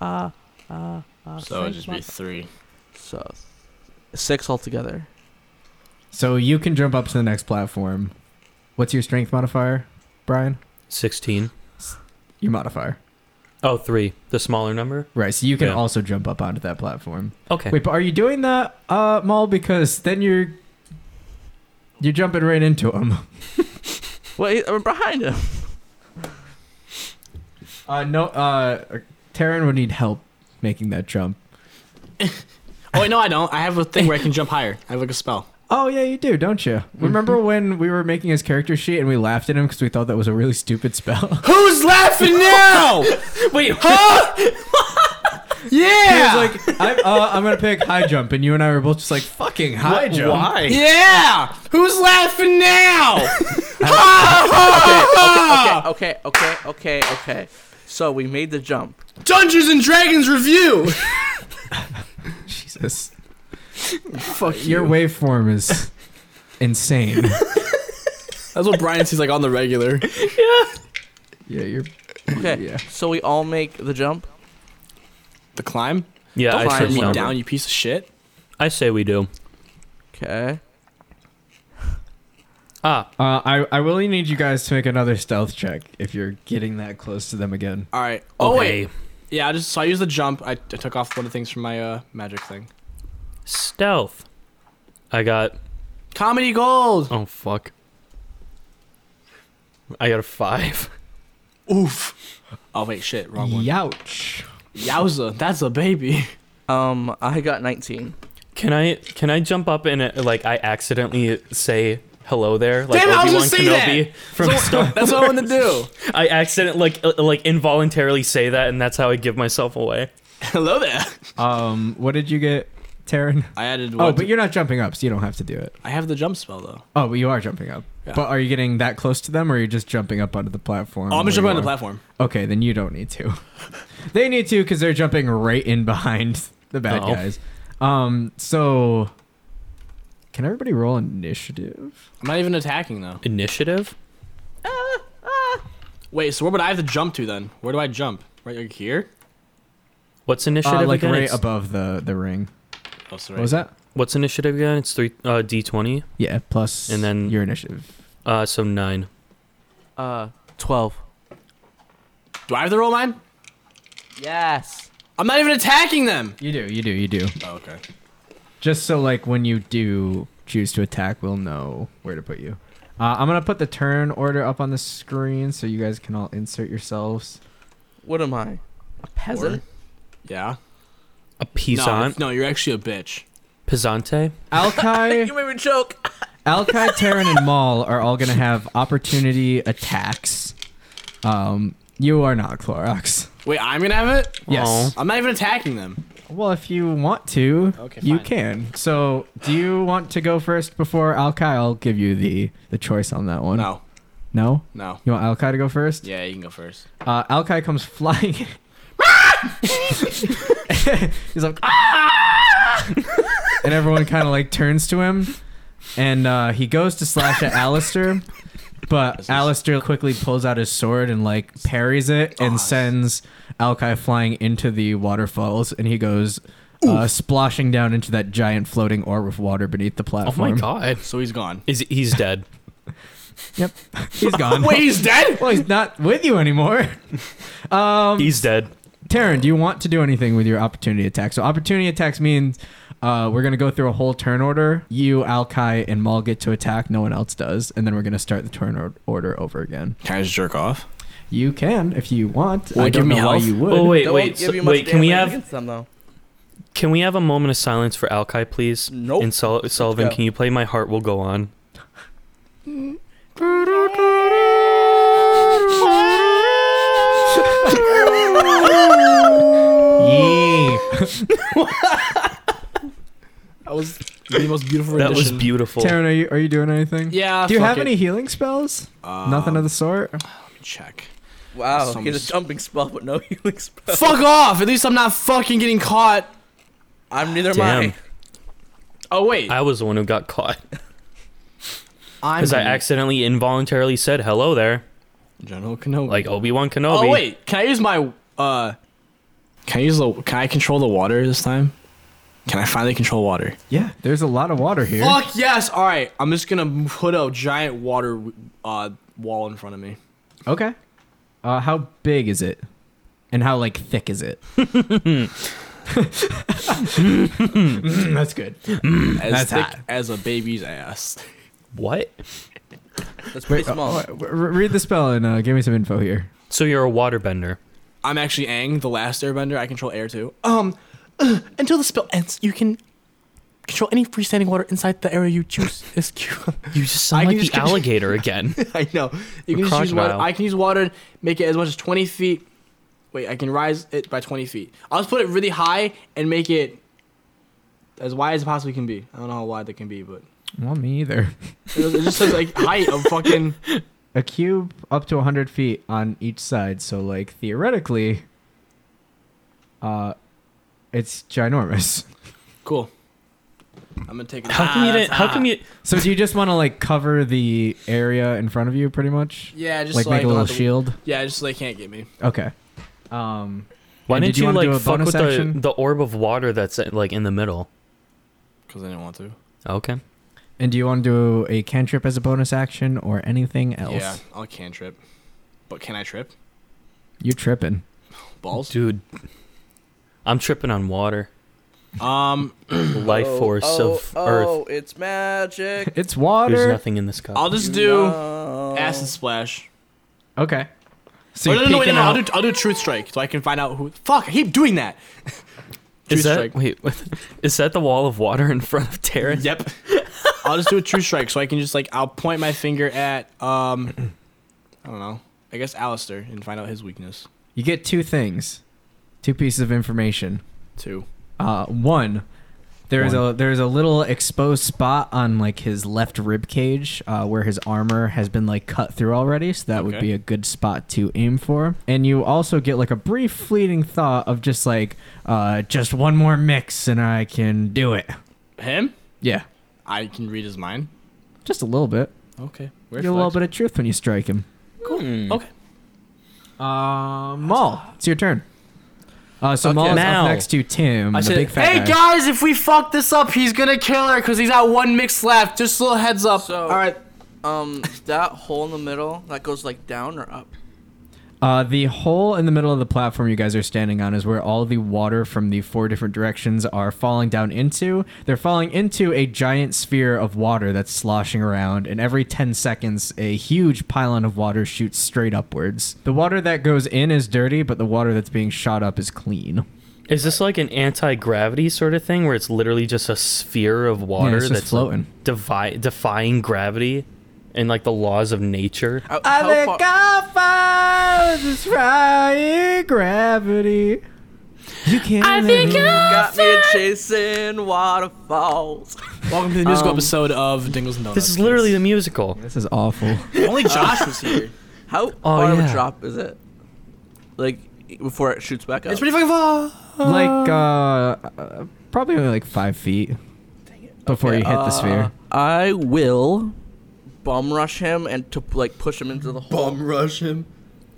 E: uh, uh, uh,
B: So it'd
E: strength
B: just be
E: mod-
B: three.
E: so six altogether.
C: So you can jump up to the next platform. What's your strength modifier, Brian?
D: Sixteen.
C: Your modifier.
D: Oh, three. The smaller number.
C: Right, so you can
D: Yeah.
C: also jump up onto that platform.
D: Okay.
C: Wait, but are you doing that, uh, Maul? Because then you're you're jumping right into him.
E: Wait, I'm behind him.
C: Uh, no, uh, Taryn would need help making that jump.
B: Oh wait, no, I don't. I have a thing where I can jump higher. I have like a spell.
C: Oh yeah, you do, don't you? Remember when we were making his character sheet and we laughed at him because we thought that was a really stupid spell?
B: Who's laughing now?
D: Wait.
C: He was
B: yeah.
C: like, I'm, uh, I'm gonna pick high jump, and you and I were both just like, fucking high jump.
D: Why?
B: yeah. Who's laughing now?
E: Okay, okay, okay, okay. So we made the jump.
B: Dungeons and Dragons review.
C: Jesus. Fuck Your waveform is insane.
B: That's what Brian sees like on the regular.
C: yeah, you're.
E: Okay,
C: Yeah.
E: so we all make the jump.
B: The climb.
D: Yeah,
B: Don't
D: I
B: turn
D: say
B: me
D: so.
B: down, you piece of shit.
D: I say we do.
E: Okay.
D: Ah,
C: Uh, I I really need you guys to make another stealth check if you're getting that close to them again.
B: All right. Oh
D: oh
B: wait. Yeah, I just so I used the jump. I, I took off one of the things from my uh, magic thing.
D: stealth. I got.
B: Comedy gold.
D: Oh fuck. I got a five.
B: Oof. Oh wait, shit, wrong one.
C: Youch.
B: Yowza, that's a baby.
E: Um, I got 19.
D: Can I can I jump up and uh, like I accidentally say hello there like
B: Damn it, I was
D: Obi-Wan
B: gonna say that!
D: Kenobi from Star
B: That's what I want to do.
D: I accident like uh, like involuntarily say that and that's how I give myself away.
B: Hello there.
C: Um, what did you get, Taryn?
B: I added.
C: Oh,
B: One
C: but you're not jumping up, so you don't have to do it.
B: I have the jump spell though.
C: Oh, but you are jumping up.
B: Yeah.
C: But are you getting that close to them, or are you just jumping up onto the platform?
B: Oh, I'm
C: where
B: just jumping on
C: you
B: the
C: are?
B: platform.
C: Okay, then you don't need to. they need to because they're jumping right in behind the bad
D: Uh-oh.
C: guys. Um, so can everybody roll initiative?
B: I'm not even attacking though.
D: Initiative?
B: Wait, so where would I have to jump to then? Where do I jump? Right like here?
D: What's initiative
C: Uh, like
D: again?
C: right
D: It's-
C: above the the ring.
B: Oh, sorry.
C: What was that?
D: What's initiative again? It's 3 uh d20.
C: Yeah, plus
D: And then-
C: your initiative.
D: Uh so 9.
E: Uh, 12.
B: Do I have to roll mine?
E: Yes.
B: I'm not even attacking them.
C: You do, you do, you do.
B: Oh, okay.
C: Just so like when you do choose to attack, we'll know where to put you. Uh, I'm gonna put the turn order up on the screen so you guys can all insert yourselves.
E: What am I? A peasant?
B: Yeah.
D: A
B: No,
D: Pisant.
B: no, you're actually a bitch.
D: Pisante?
C: Alki,
E: You made me choke.
C: Alki, Terran, and Maul are all gonna have opportunity attacks. Um, you are not Clorox.
B: Wait, I'm gonna have it?
C: Yes.
D: Aw.
B: I'm not even attacking them.
C: Well, if you want to,
B: Okay,
C: you
B: fine.
C: can. So, do you want to go first before Alki? I'll give you the the choice on that one.
B: No,
C: No?
B: no.
C: You want Alki to go first?
B: Yeah, you can go first.
C: Uh, Alki comes flying. He's like, ah! and everyone kind of like turns to him, and uh, he goes to slash at Alistair, but Alistair quickly pulls out his sword and like parries it and sends Alki flying into the waterfalls, and he goes. Uh, splashing down into that giant floating orb of water beneath the
D: Oh
C: platform.
D: my god.
B: So he's gone.
D: Is he's dead.
C: Yep, he's gone.
B: Wait, he's dead?
C: well, he's not with you anymore.
D: he's dead.
C: Taryn, do you want to do anything with your opportunity attack? So opportunity attacks means uh, we're gonna go through a whole turn order. You, Alki, and Maul get to attack. No one else does, and then we're gonna start the turn or- order over again.
B: Can I just jerk off?
C: You can if you want.
B: Will
C: I
B: it
C: don't
B: give me
C: know why
B: health?
C: you would.
D: Oh wait,
E: That
D: wait,
E: won't give
D: so-
E: you much
D: wait. Can we
E: damage
D: have
E: against them, though.
D: can we have a moment of silence for Alki, please?
E: Nope.
D: And Sul- Sullivan,
E: go.
D: can you play "My Heart Will Go On"?
C: Yeah.
B: That was the most beautiful
D: That was
B: rendition.
D: beautiful.
C: Taryn, are you are you doing anything?
B: Yeah.
C: Do you
B: fuck
C: have
B: it.
C: any healing spells?
B: Um,
C: Nothing of the sort.
B: Check.
E: Wow,
B: Some-
E: here's a jumping spell, but no healing spell.
B: Fuck off! At least I'm not fucking getting caught.
E: I'm neither
D: Damn.
E: am
B: Oh wait,
D: I was the one who got caught
B: I'm
D: because I accidentally involuntarily said "Hello there,"
B: General Kenobi.
D: like Obi Wan Kenobi.
B: oh wait, can I use my uh? Can I use the? Can I control the water this time? Can I finally control water?
C: Yeah, there's a lot of water here.
B: Fuck yes! All right, I'm just gonna put a giant water uh wall in front of me.
C: Okay. Uh, how big is it? And how like thick is it? Mm, that's good.
B: As
C: That's
B: thick
C: hot.
B: as a baby's ass.
D: what?
E: I. That's pretty
D: uh,
E: small.
C: Oh, R- read the spell and uh, give me some info here.
D: So you're a waterbender.
B: I'm actually Aang, the last Airbender. I control air too. Um, uh, until the spell ends, you can control any freestanding water inside the area you choose. Is cute.
D: You just
B: I
D: sound
B: can
D: like
B: just
D: the
B: con-
D: alligator again.
B: I know. You can
D: A
B: just use water.
D: crocodile.
B: I can use water, make it as much as 20 feet. Wait, I can rise it by 20 feet. I'll just put it really high and make it as wide as it possibly can be. I don't know how wide that can be, but
C: Well, me either.
B: it just- it just says like height of fucking.
C: A cube up to 100 feet on each side, so like theoretically, uh, it's ginormous.
B: Cool. I'm gonna take it.
D: How come you
B: Ah,
D: didn't?
B: that's
D: How
B: hot.
D: come you?
C: So do you just want to like cover the area in front of you, pretty much?
B: Yeah, just
C: Like
B: so I
C: make a
B: don't
C: little
B: have to-
C: shield.
B: Yeah, just so they can't get me.
C: Okay. Um,
D: Why
C: And
D: didn't
C: did you
D: you,
C: wanna do a
D: like fuck
C: bonus
D: with
C: action?
D: the the orb of water that's uh, like in the middle?
B: Because I didn't want to.
D: Okay.
C: and do you want to do a cantrip as a bonus action or anything else?
B: Yeah, I'll can trip. But can I trip?
C: You tripping?
B: Balls?
D: Dude, I'm tripping on water.
B: Um,
D: Life
E: Oh,
D: force
E: oh,
D: of
E: Oh,
D: Earth.
E: it's magic.
C: It's
D: There's
C: water.
D: nothing in this cup.
B: I'll just do
E: No.
B: acid splash.
C: okay. So
B: Oh,
C: you're
B: no, no, no, wait,
C: peeking
B: no, no, I'll
C: out-
B: do, I'll do truth strike so I can find out who. Fuck, I keep doing that.
D: is
B: Truth
D: that
B: strike.
D: wait? Is that the wall of water in front of Terran?
B: Yep. I'll just do a true strike so I can just like I'll point my finger at um I don't know. I guess Alistair and find out his weakness.
C: You get two things, two pieces of information.
B: Two.
C: Uh, one, there is a there is a little exposed spot on like his left rib cage uh, where his armor has been like cut through already, so that would
B: Okay.
C: be a good spot to aim for. And you also get like a brief fleeting thought of just like uh, just one more mix and I can do it.
B: Him?
C: Yeah,
B: I can read his mind.
C: just a little bit.
B: Okay.
C: You get a little bit of truth when you strike him.
B: Okay.
C: Um, Maul, it's your turn. Uh, so Maul is
D: Mal.
C: up next to Tim,
B: I
C: the
B: said,
C: big fat
B: hey
C: guy.
B: guys, if we fuck this up, he's gonna kill her because he's got one mix left. Just a little heads up.
E: So-
B: All right.
E: Um, that hole in the middle that goes like down or up.
C: Uh, the hole in the middle of the platform you guys are standing on is where all the water from the four different directions are falling down into. They're falling into a giant sphere of water that's sloshing around, and every 10 seconds, a huge pylon of water shoots straight upwards. The water that goes in is dirty, but the water that's being shot up is clean.
D: Is this like an anti-gravity sort of thing where it's literally just a sphere of water
C: just
D: that's like,
C: floating.
D: devi- defying gravity and like the laws of nature?
E: How, how far,
C: gravity. You can't.
G: I think I
E: got me chasing waterfalls.
B: Welcome to the musical episode of Dingles and Donuts.
D: This is literally the musical.
C: This is awful.
B: only Josh was here.
C: Oh,
E: How far of
D: yeah.
E: a drop is it? Like before it shoots back up.
B: It's pretty fucking far.
C: like uh, uh, probably only like five feet before you hit the sphere.
E: I will bum rush him and to like push him into the hole.
H: Bomb rush him.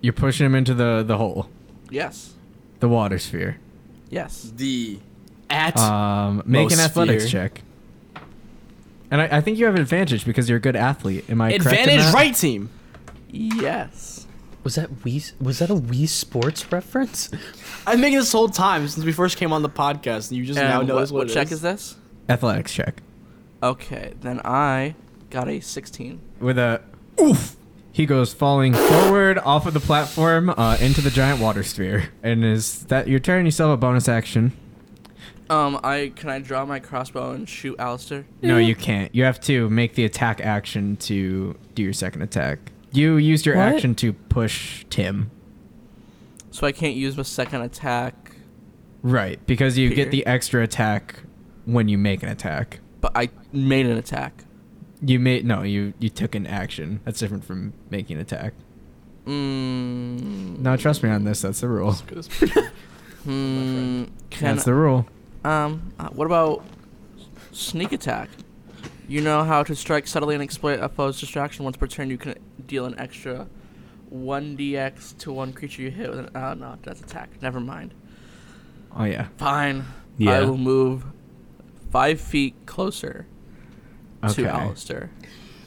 C: You're pushing him into the the hole,
E: Yes.
C: the water sphere.
E: Yes.
H: The
B: At
C: Um, make an
B: Most
C: athletics
B: sphere.
C: check. And I, I think you have advantage because you're a good athlete. Am I correct? in
B: advantage
C: that?
B: right team.
E: Yes.
D: Was that Wii? Was that a Wii Sports reference?
B: I've been making this whole time since we first came on the podcast, and you just now
E: And
B: know
E: what,
B: what,
E: what
B: it
E: check
B: is.
E: is this?
C: Athletics check
E: Okay, then I got a 16.
C: with a oof. He goes falling forward off of the platform uh, into the giant water sphere. And is that your turn? You still have a bonus action.
E: Um, I can I draw my crossbow and shoot Alistair?
C: No, you can't. You have to make the attack action to do your second attack. You used your action to push Tim.
E: So I can't use my second attack,
C: Right, because you get
E: Here.
C: the extra attack when you make an attack.
E: but I made an attack.
C: You made no, you you took an action. That's different from making an attack.
E: Mm,
C: No, trust me on this. That's the rule.
E: hmm, can
C: That's the rule.
E: um uh, what about sneak attack? You know how to strike subtly and exploit a foe's distraction once per turn. You can deal an extra 1dx to one creature you hit with an. Oh no, that's attack. Never mind.
C: Oh yeah.
E: Fine. I
D: Yeah.
E: will move five feet closer
C: Okay.
E: to Alistair.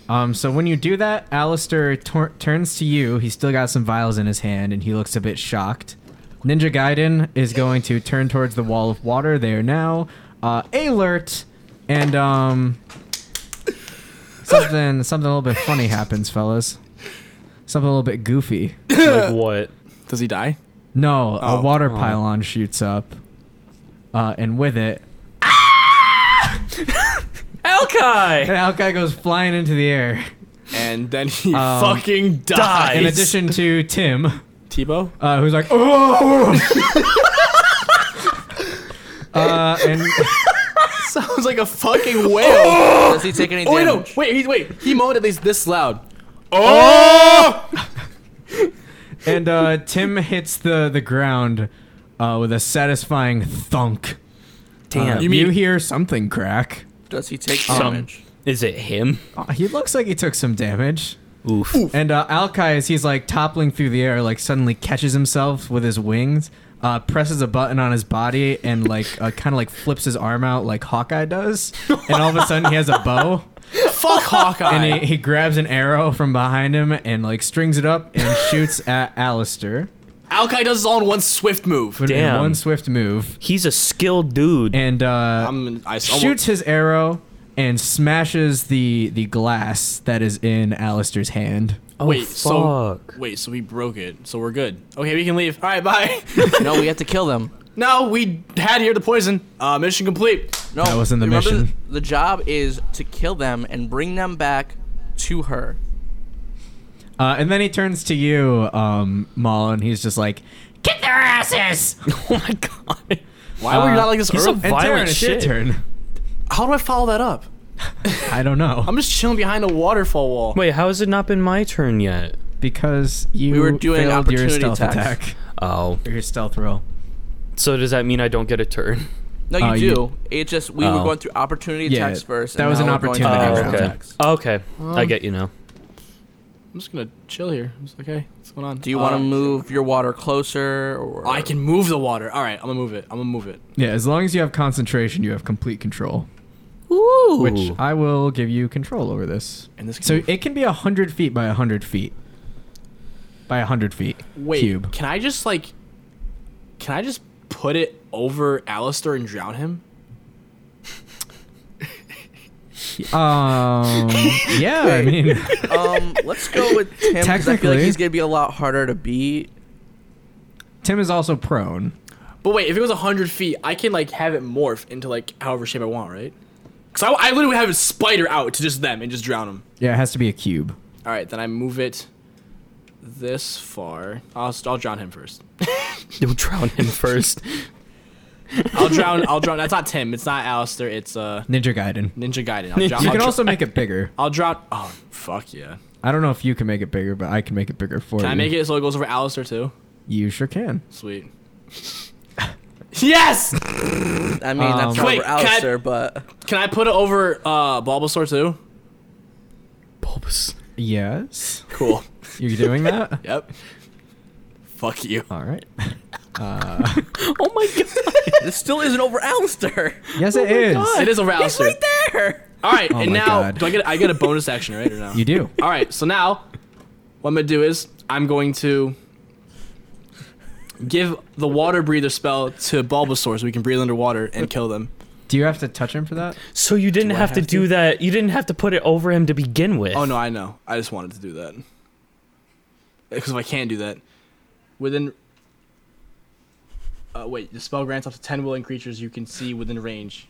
C: Um. So when you do that, Alistair tor- turns to you. He's still got some vials in his hand, and he looks a bit shocked. Ninja Gaiden is going to turn towards the wall of water. They are now uh, alert, and um, something something a little bit funny happens, fellas. Something a little bit goofy.
D: like what?
B: Does he die?
C: No, a
B: Oh.
C: water pylon shoots up, uh, and with it,
D: Elkai
C: an Alkai goes flying into the air.
B: And then he
C: Um,
B: fucking dies.
C: In addition to Tim,
B: Tebow.
C: uh, who's like, oh! uh, and
B: Sounds like a fucking whale.
E: Does he take any
B: oh wait, no,
E: damage?
B: wait, he, wait. He moaned at least this loud.
C: and uh, Tim hits the the ground uh, with a satisfying thunk.
D: Damn.
C: Uh,
D: You
C: you,
D: mean-
C: hear something crack?
E: Does he take
C: Um,
D: Some.
E: damage?
D: is it him?
C: Uh, he looks like he took some damage.
D: Oof.
C: And uh, Alkai, as he's like toppling through the air, like suddenly catches himself with his wings, uh, presses a button on his body, and like uh, kind of like flips his arm out like Hawkeye does. And all of a sudden, he has a bow,
B: Fuck Hawkeye.
C: and he, he grabs an arrow from behind him and like strings it up and shoots at Alistair.
B: Alkai does this all in one swift move.
C: But in
D: Damn.
C: one swift move,
D: He's a skilled dude.
C: and uh,
B: I'm, I almost-
C: shoots his arrow and smashes the the glass that is in Alistair's hand.
D: oh
B: wait, so
D: fuck.
B: wait, so we broke it. So we're good. Okay, we can leave. All right, bye.
E: no, we have to kill them.
B: no, we had here the poison. Uh, mission complete.
E: No,
C: That wasn't the
E: remember
C: mission.
E: The, the job is to kill them and bring them back to her.
C: Uh, and then he turns to you, um, Maul, and he's just like, "Get their asses!"
D: Oh my god.
B: Why were you not like this?
D: Uh, he's a
B: early?
C: And
D: Violent
C: Terran, it's your
D: shit.
C: turn.
B: How do I follow that up?
C: I don't know
B: I'm just chilling behind a waterfall wall.
D: Wait, how has it not been my turn yet?
C: because you
E: We were doing
C: failed your
E: opportunity
C: stealth
E: attacks.
C: attack,
D: Oh.
C: or your stealth roll.
D: So does that mean I don't get a turn?
E: No, you
C: Uh,
E: do.
C: you-
E: It just we
D: Oh.
E: were going through opportunity
C: Yeah,
E: attacks first.
C: that
E: and
C: was
E: now
C: an
E: we're going to
B: Uh,
C: opportunity
E: the
C: round.
E: actual
D: okay.
E: attacks.
D: Okay. I get you now.
B: I'm just gonna chill here. It's okay. What's going on?
E: Do you want to
B: Um,
E: move your water closer, or
B: I can move the water. All right, I'm gonna move it. I'm gonna move it.
C: Yeah, as long as you have concentration, you have complete control.
D: Ooh.
C: Which I will give you control over this.
B: And this. Can
C: So it can be hundred feet by hundred feet. by 100 feet.
B: Wait,
C: Cube.
B: can I just like, can I just put it over Alistair and drown him?
C: Um, yeah, I mean,
E: Um, let's go with Tim. 'cause I feel like
C: Technically-
E: he's gonna be a lot harder to beat.
C: Tim is also prone.
B: But wait, if it was 100 feet, I can like have it morph into like however shape I want, right? Because I, I literally would have a spider out to just them and just drown them.
C: Yeah, it has to be a cube.
B: All right, then I move it this far. I'll, I'll drown him first.
D: You'll drown him first.
B: I'll drown. I'll drown. That's not Tim. It's not Alistair. It's uh
C: Ninja Gaiden.
B: Ninja Gaiden. I'll drown.
C: You
B: I'll,
C: can
B: dr-
C: also make it bigger.
B: I'll drown. Oh fuck yeah!
C: I don't know if you can make it bigger, but I can make it bigger for
B: Can
C: you.
B: I make it so it goes over Alistair too?
C: You sure can.
B: Sweet. yes.
E: I mean, that's
B: Um,
E: not
B: Wait,
E: over
B: can I-
E: Alistair, but
B: Can I put it over uh Bulbasaur too?
D: Bulbous.
C: Yes.
B: Cool.
C: You're doing that?
B: yep. Fuck you.
C: All right.
D: Oh my god.
E: this still isn't over Alistair.
C: Yes,
B: Oh
C: it is.
B: It is over Alistair.
E: Right there.
B: All right, and
C: my
B: now
C: God.
B: do I get I get a bonus action right or no?
C: You do.
B: All right, so now what I'm gonna do is I'm going to give the water breather spell to Bulbasaur so we can breathe underwater and kill them.
C: Do you have to touch him for that?
D: So you didn't have, to do that. You didn't have to put it over him to begin with.
B: Oh no, I know. I just wanted to do that because if I can't do that, within uh, wait, the spell grants up to ten willing creatures you can see within range.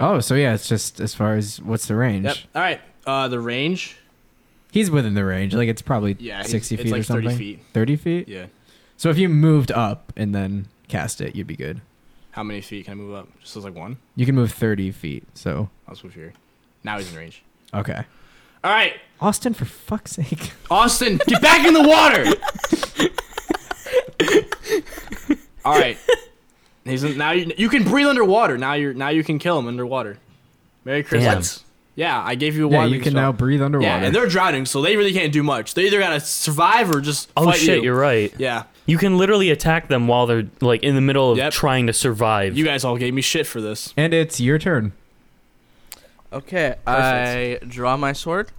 C: Oh, so yeah, it's just as far as what's the range.
B: Yep. All right. Uh, the range.
C: He's within the range. Like it's probably
B: Yeah, he's-
C: 60
B: it's
C: feet
B: like
C: or something.
B: 30 feet.
C: 30 feet?
B: Yeah.
C: So if you moved up and then cast it, you'd be good.
B: How many feet can I move up? Just as like one.
C: You can move 30 feet. So,
B: I'll switch here. Now he's in range.
C: okay.
B: All right,
C: Austin, for fuck's sake.
B: Austin, get back in the water. All right. He's in, now you, you can breathe underwater. Now you're now you can kill him underwater. Merry Christmas. Yeah, I gave you a
C: Yeah,
B: water.
C: you can
B: spell.
C: now breathe underwater.
B: Yeah, and they're drowning, so they really can't do much. They either gotta survive or just
D: Oh
B: fight
D: shit,
B: you.
D: you. are right.
B: Yeah,
D: You can literally attack them while they're like in the middle of
B: Yep.
D: trying to survive.
B: you guys all gave me shit for this.
C: And it's your turn.
E: Okay, I draw my sword,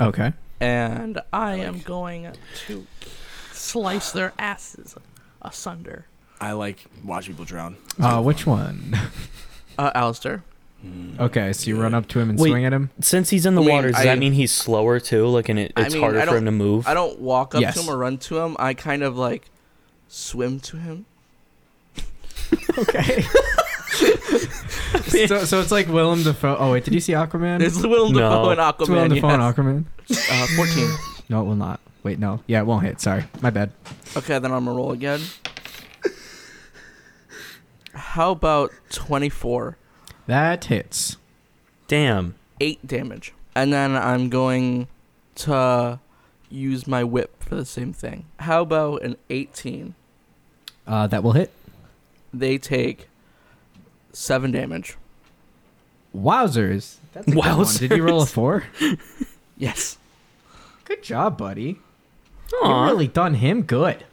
C: Okay.
E: and I am going to slice their asses asunder.
B: I like watch people drown.
C: Uh, which one?
E: Uh, Alistair.
C: Okay, so you run up to him and
D: Wait.
C: swing at him.
D: Since he's in the
E: I mean,
D: water, does
E: I-
D: that mean he's slower too? Like, and it,
E: I
D: it's
E: mean, I
D: harder for
E: don't-
D: him to move.
E: I don't walk up
C: Yes.
E: to him or run to him. I kind of like swim to him.
C: Okay. so, so it's like Willem Dafoe. Oh wait, did you see Aquaman?
E: There's Willem
D: No.
E: Dafoe and
C: it's Willem
E: Aquaman.
C: Dafoe and
E: yes.
C: Aquaman.
E: Uh, 14.
C: No, it will not. Wait, no. Yeah, it won't hit. Sorry, my bad.
E: Okay, then I'm gonna roll again. How about 24?
C: That hits.
D: Damn.
E: 8 damage. And then I'm going to use my whip for the same thing. How about an 18?
C: Uh, that will hit.
E: They take 7 damage.
C: Wowzers. That's a good one.
D: Wowzers.
C: Did you roll a four?
E: Yes.
C: Good job, buddy.
D: Aw.
C: You really done him good.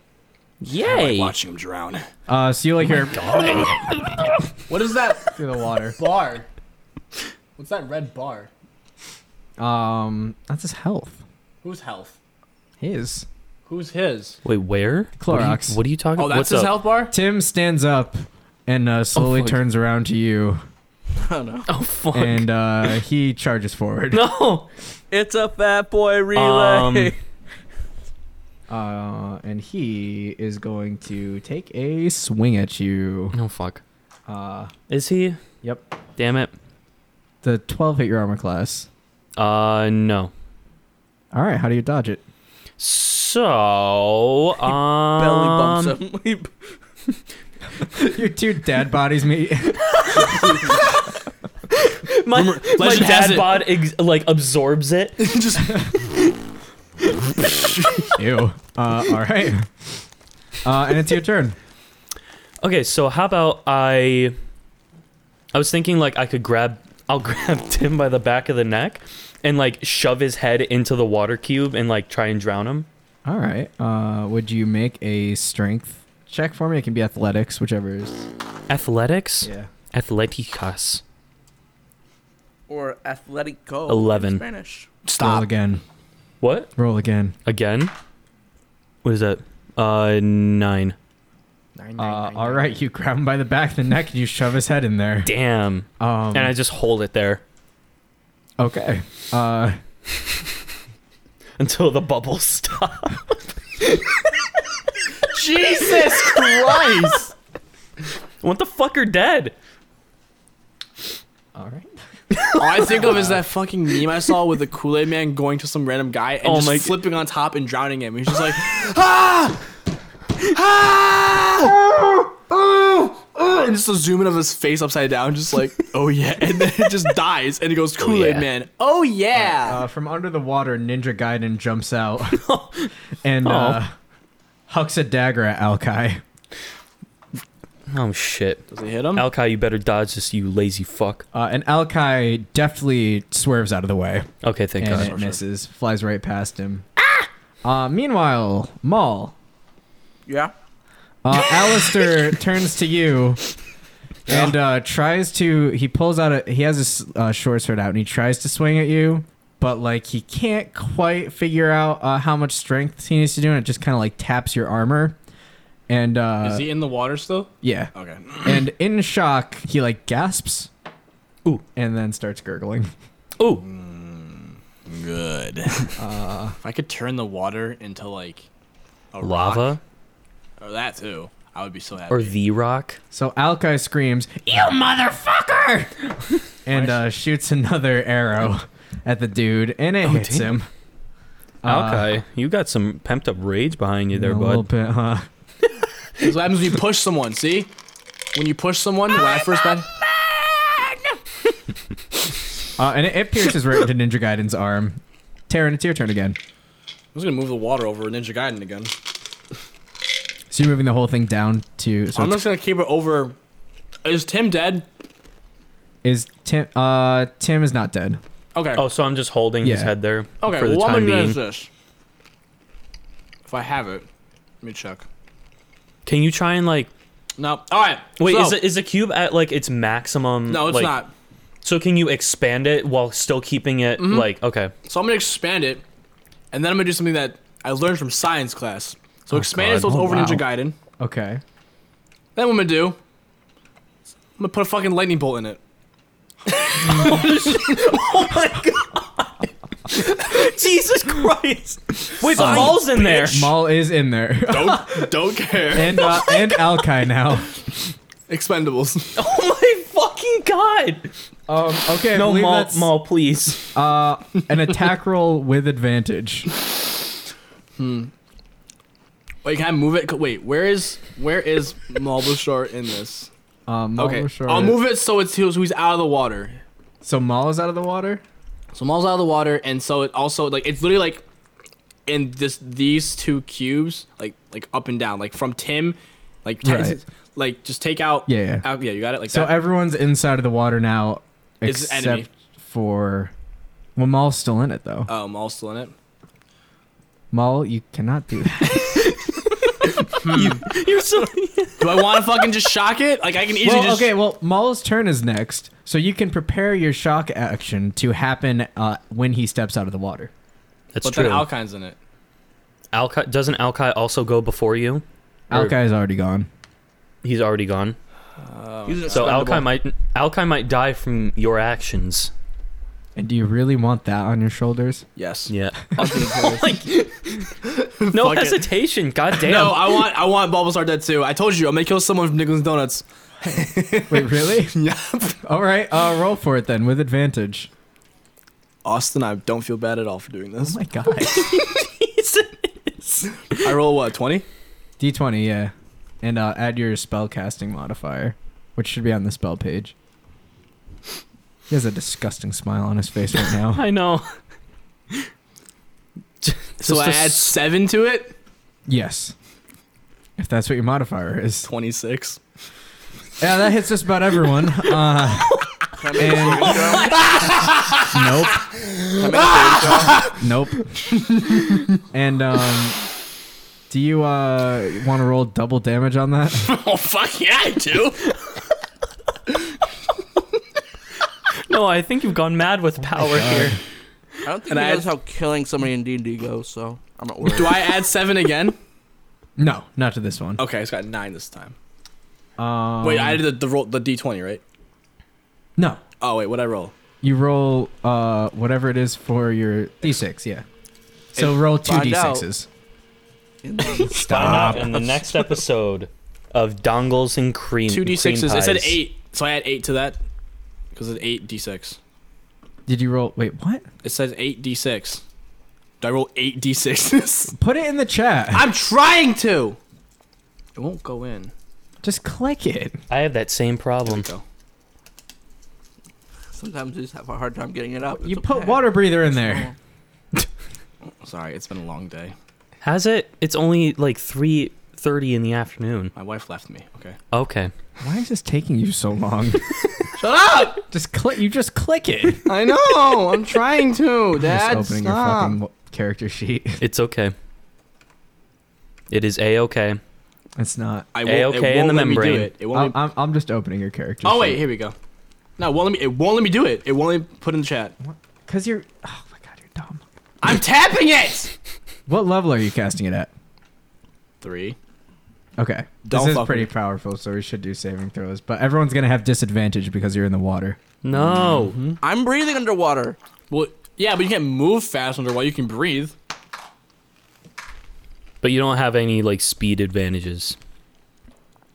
D: Yay.
B: Watching him drown.
C: Uh, so you like hear
B: What is that
C: through the water.
B: bar? What's that red bar?
C: Um, that's his health.
B: Who's health?
C: His.
B: Who's his?
D: Wait, where?
C: Clorox.
D: What are you, what are you talking?
B: Oh, that's
D: what's
B: his
D: up?
B: health bar.
C: Tim stands up and uh, slowly
D: Oh, fuck.
C: turns around to you,
E: Oh no.
D: Oh fuck.
C: and uh, he charges forward.
D: no.
E: Oh, It's a fat boy relay.
D: Um,
C: Uh, and he is going to take a swing at you.
D: No fuck.
C: Uh,
D: Is he?
C: Yep.
D: Damn it.
C: the 12 hit your armor class.
D: Uh, no.
C: All right, how do you dodge it?
D: So, um,
E: Belly bumps him. He-
C: Your two dad bodies meet.
D: My, my
B: legend has
D: dad
B: it.
D: bod ex- like absorbs it.
B: just
C: Ew. Uh, all right. Uh, and it's your turn.
D: Okay, so how about I? I was thinking like I could grab. I'll grab Tim by the back of the neck, and like shove his head into the water cube and like try and drown him.
C: All right. Uh, would you make a strength check for me? It can be athletics, whichever is.
D: Athletics.
C: Yeah.
D: Atleticas.
E: or athletic go.
D: Eleven.
E: Spanish.
C: Roll
B: stop.
C: again.
D: What?
C: Roll again.
D: Again? What is that? Uh, nine.
B: Nine, nine,
C: Uh,
B: nine,
C: all
B: nine,
C: right, you grab him by the back of the neck and you shove his head in there.
D: Damn.
C: Um,
D: And I just hold it there
C: okay. Uh,
D: until the bubbles stop.
H: Jesus Christ!
D: What the fuck are dead?
C: all right.
B: All I think of is that fucking meme I saw with the Kool Aid Man going to some random guy and
D: Oh
B: just
D: my-
B: flipping on top and drowning him. He's just like, "Ah, ah, and just a zoom in of his face upside down, just like, oh yeah, and then it just dies and it goes Kool Aid
D: yeah.
B: Man, oh yeah.
C: Uh, from under the water, Ninja Gaiden jumps out and uh, hucks a dagger at Alki.
D: Oh shit.
B: Does it hit
C: Mm.
B: him?
D: Alki, you better dodge this, you lazy fuck.
C: Uh, and Alki deftly swerves out of the way
D: Okay, thank
C: and
D: God.
C: it misses, flies right past him. Uh, meanwhile, Maul,
E: Yeah.
C: uh, Alistair turns to you and uh, tries to. He pulls out a. He has his uh, short sword out and he tries to swing at you, but like he can't quite figure out uh, how much strength he needs to do, and it just kind of like taps your armor. And uh,
B: is he in the water still?
C: yeah.
B: Okay.
C: and in shock, he like gasps,
D: Ooh.
C: and then starts gurgling.
D: Ooh.
B: Good. Uh, if I could turn the water into like a rock,
D: Lava
B: or that too, I would be so happy.
D: or the rock.
C: So Alki screams, "You motherfucker!" and uh, shoots another arrow at the dude, and it hits
D: Oh, damn.
C: him.
D: Alki, you got some pent up rage behind you there,
C: Uh, a little
D: bud.
C: bit, huh?
B: That's what happens when you push someone. See, when you push someone, when I first met.
C: Uh, and it, it pierces right into Ninja Gaiden's arm. Taryn, it's your turn again.
B: I'm just gonna move the water over Ninja Gaiden again.
C: So you're moving the whole thing down to. So
B: I'm
C: it's,
B: just gonna keep it over. Is Tim dead?
C: is Tim? Uh, Tim is not dead.
B: Okay.
D: Oh, so I'm just holding his
C: Yeah.
D: head there
B: okay.
D: for the
B: Well, what I'm
D: time
B: gonna do
D: being.
B: is this. If I have it, let me check.
D: Can you try and like
B: No. All right.
D: wait?
B: so-
D: is it, is the cube at like its maximum?
B: No, it's
D: like-
B: not.
D: So can you expand it while still keeping it like okay?
B: So I'm gonna expand it, and then I'm gonna do something that I learned from science class. So expand it
D: God.
B: so it's
C: Oh,
B: over
C: wow.
B: Ninja Gaiden.
C: Okay.
B: Then what I'm gonna do? I'm gonna put a fucking lightning bolt in it.
D: Jesus Christ! Wait, the ball's in there.
C: Maul is in there,
B: Don't don't care.
C: and uh, and Alki now.
B: Expendables.
D: Oh my fucking god!
C: Um, okay, I
D: No,
C: believe
D: Maul,
C: that's
D: Maul, please.
C: uh, an attack roll with advantage.
B: Wait, can I move it? Wait, where is where is Marble Short in this?
C: Um, Maul
B: Okay,
C: was short.
B: I'll move it so it's so he's out of the water.
C: So Maul is out of the water.
B: So Maul's out of the water, and so it also like it's literally like in this these two cubes like like up and down like from Tim, like t-
C: Right.
B: like just take out
C: Yeah, yeah.
B: out, yeah you got it like
C: So
B: that.
C: everyone's inside of the water now,
B: It's the
C: except
B: enemy.
C: for. Well, Maul's still in it though.
B: oh Maul's still in it.
C: Maul, you cannot do that.
D: You're so.
B: Do I want to fucking just shock it? Like I can easily
C: well,
B: just
C: okay. Well, Maul's turn is next, so you can prepare your shock action to happen uh, when he steps out of the water.
D: That's
B: But
D: true.
B: then
D: Alki,
B: Alkine's in it.
D: doesn't Alki also go before you? Or-
C: Alki is already gone.
D: He's already gone.
B: Um,
E: He's an
D: So Alki
E: expendable.
D: might Alki might die from your actions.
C: And do you really want that on your shoulders?
B: Yes.
D: Yeah. like, no
B: Fuck it.
D: hesitation. God damn.
B: No, I want I want Bulbasaur dead too. I told you I'm gonna kill someone from Nicholas Donuts.
C: Wait, really?
B: Yep.
C: All right. Uh, roll for it then with advantage.
B: Austin, I don't feel bad at all for doing
C: Oh
B: this.
C: my god.
B: I roll what twenty.
C: D twenty, yeah, and uh, add your spell casting modifier, which should be on the spell page. He has a disgusting smile on his face right now.
D: I know.
B: So I add seven to it.
C: yes, if that's what your modifier is.
B: Twenty six.
C: Yeah, that hits just about everyone. Uh,
E: Can I make a
C: And- nope,
E: saving throw? Can I make a saving throw?
C: nope. and um, do you uh want to roll double damage on that?
B: Oh fuck yeah, I do.
D: No, I think you've gone mad
B: Oh
D: with power here.
E: I don't think
B: And
E: he
B: I
E: knows how killing somebody in D&D goes, so I'm not worried.
B: do I add seven again?
C: No, not to this
E: Oh.
C: one.
B: Okay, it's got nine this time.
C: Um,
B: wait, I did the, the roll the D twenty, right?
C: no.
B: Oh wait, what I roll?
C: You roll uh whatever it is for your d6. Yeah. So roll two
E: Find out.
C: d6s.
D: Stop. in the next episode of Dongles and Cream.
B: Two D sixes.
D: Cream
B: I said
D: Pies.
B: eight, so I add eight to that because it's eight D six.
C: Did you roll? Wait, what?
B: It says eight D six. Do I roll eight D sixes?
C: Put it in the chat.
B: I'm trying to. It won't go in.
C: Just click it.
D: I have that same problem.
B: Go.
E: Sometimes we just have a hard time getting it up.
C: You
E: It's
C: put
E: okay.
C: water breather in there.
B: Sorry, it's been a long day.
D: Has it? It's only like three thirty in the afternoon.
B: My wife left me. Okay.
D: Okay.
C: Why is this taking you so long?
B: Shut up!
C: just click. You just click it.
B: I know. I'm trying to. Dad,
C: just opening
B: stop.
C: your fucking w- character sheet.
D: It's okay. It is a okay.
C: It's not.
B: I
D: A-OK in the
B: let me do
D: membrane.
B: it. It won't
C: I'm,
B: let me-
C: I'm, I'm just opening your character.
B: oh wait, here we go. No, it won't let me. It won't let me do it. It won't let me put in the chat.
C: because you're. Oh my god, you're dumb.
B: I'm tapping it.
C: What level are you casting it at?
B: Three.
C: Okay,
B: Don't
C: this is
B: fuck
C: pretty
B: with
C: powerful, so we should do saving throws. But everyone's gonna have disadvantage because you're in the water.
D: No.
B: Mm-hmm.
E: I'm breathing underwater.
B: Well, yeah, but you can't move fast underwater. You can breathe.
D: But you don't have any like speed advantages.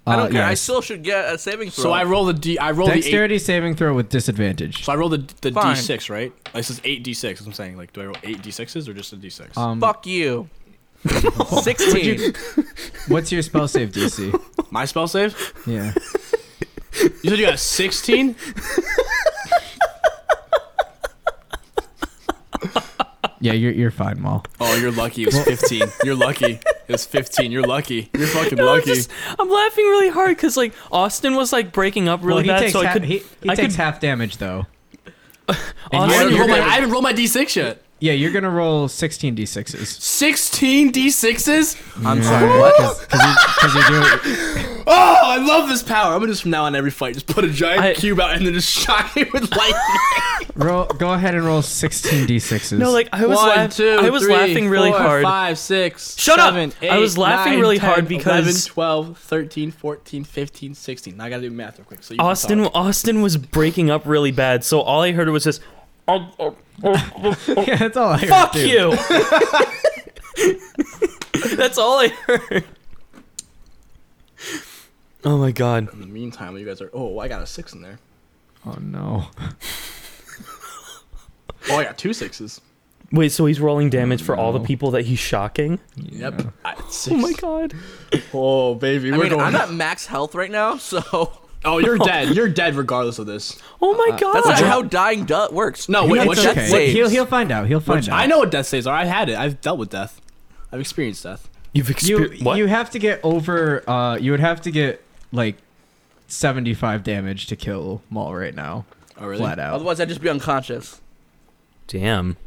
E: I don't
C: Uh,
E: care. I
C: yes.
E: still should get a saving throw.
B: So I roll the d. I roll the eight.
C: Dexterity saving throw with disadvantage.
B: So I roll the the
E: Fine.
B: d six, right? This is eight d six. I'm saying like, do I roll eight d sixes or just a d six?
C: Um,
E: Fuck you. 16.
C: what's your spell save DC?
B: My spell save.
C: Yeah,
B: You said you got a sixteen.
C: yeah, you're you're fine, Maul.
B: Oh, you're lucky. It was fifteen. You're lucky. It was fifteen. You're lucky. You're fucking
D: I'm,
B: lucky.
D: just, I'm laughing really hard because like Austin was like breaking up really
C: well,
D: bad,
C: he takes
D: so I
C: half,
D: could.
C: he, he
D: I
C: takes
D: could.
C: half damage though.
D: Austin,
B: I haven't
E: you're
B: rolled my,
E: gonna-
B: I haven't rolled my d6 yet.
C: Yeah, you're gonna roll 16 d6s.
B: 16 d6s? I'm sorry.
C: Because you're doing.
B: Oh, I love this power. I'm gonna just from now on every fight just put a giant
D: I-
B: cube out and then just shock it with lightning.
C: Roll, go ahead and roll 16 d6s.
D: no, like I was.
B: One,
D: laugh-
B: two,
D: I was
B: three,
D: laughing really
B: four,
D: hard.
B: Five, six,
D: Shut up!
B: seven,
D: I was
B: eight,
D: laughing
B: nine,
D: really
B: 10,
D: hard because-
B: 11, 12, 13, 14, 15, 16. Now I gotta do math real quick. So you can
D: Austin.
B: talk.
D: Austin was breaking up really bad, so all I heard was this.
C: yeah, that's all I heard,
D: oh, Fuck
C: too.
D: you. That's all I heard. Oh my god.
B: In the meantime, you guys are. Oh, I got a six in there.
C: Oh no.
B: Oh, I got two sixes.
D: Wait, so he's rolling damage for all the people that he's shocking?
B: Yep. I, six.
D: Oh my god.
B: Oh, baby.
E: I
B: we're
E: mean,
B: going.
E: I'm at max health right now, so
B: oh, you're dead. You're dead regardless of this.
D: Oh my god.
E: that's not how dying du- works.
B: No,
C: Wait,
B: wait,
E: That's
B: what's
C: it's
E: death
C: okay.
E: saves.
C: He'll, he'll find out. He'll find out.
B: I know what death saves are. I had it. I've dealt with death. I've experienced death.
D: You've
C: You,
D: experienced
C: you have to get over. Uh, you would have to get like 75 damage to kill Maul right now.
B: Oh, really?
C: Flat out.
E: Otherwise, I'd just be unconscious.
D: Damn.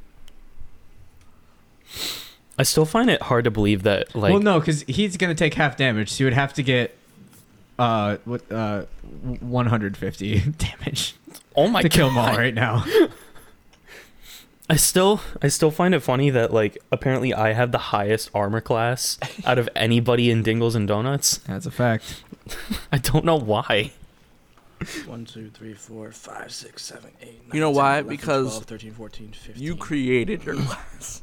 D: I still find it hard to believe that like
C: well, no, because he's going to take half damage, so you would have to get. Uh, what? Uh, 150 damage
D: oh my
C: to kill Maul
D: god.
C: right now.
D: I still I still find it funny that like apparently I have the highest armor class out of anybody in Dingles and Donuts.
C: That's a fact.
D: I don't know why.
B: One, two, three, four, five, six, seven, eight.
E: You know 10, why? 11, Because 12,
B: 13, 14, 15.
E: You created your class.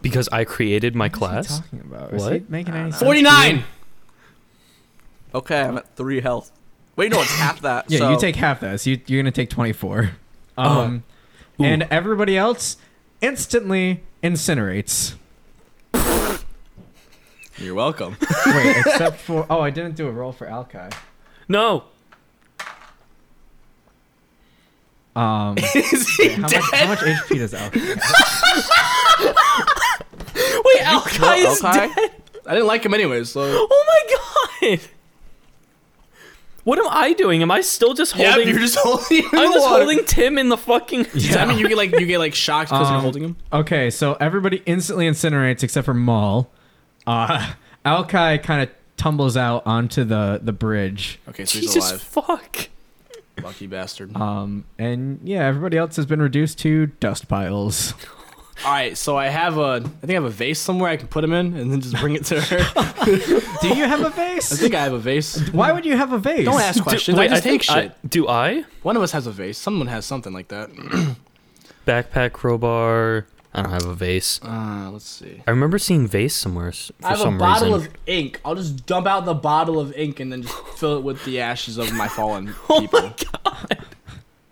D: Because I created my
C: What
D: class.
C: is he talking about?
D: What?
C: Is he making any sense to you?
B: 49!
E: Okay, I'm at three health. Wait, no, it's half that.
C: Yeah,
E: so
C: you take half that. So you, you're gonna take 24. Um,
D: Ooh.
C: and everybody else instantly incinerates.
B: You're welcome.
C: Wait, except for oh, I didn't do a roll for Alki.
D: No.
C: Um,
B: Is he
C: how, much, how much HP does Alki? have?
D: Wait, Alki is
E: Alki?
D: dead.
B: I didn't like him anyway, so.
D: Oh my god. What am I doing? Am I still just
B: Yeah,
D: holding
B: you're just holding him. in
D: I'm
B: the
D: just
B: water.
D: holding Tim in the fucking
B: Does that mean you get like you get like shocked because you're
C: Um,
B: holding him?
C: Okay, so everybody instantly incinerates except for Maul. Uh, Alki kind of tumbles out onto the the bridge.
B: Okay, so he's
D: Jesus
B: alive.
D: fuck.
B: Lucky bastard.
C: Um, and yeah, everybody else has been reduced to dust piles.
B: all right, so I have a, I think I have a vase somewhere I can put them in, and then just bring it to her.
C: Do you have a
B: I
C: vase?
B: think I have a vase.
C: Why would you have a vase?
B: Don't ask questions. I just take
D: think I-
B: shit.
D: do I?
B: One of us has a vase. Someone has something like that.
D: Backpack, crowbar. I don't have a vase.
B: Uh, let's see.
D: I remember seeing vase somewhere s- for
B: I have a
D: some
B: bottle
D: reason.
B: of ink. I'll just dump out the bottle of ink and then just fill it with the ashes of my fallen
D: Oh
B: people.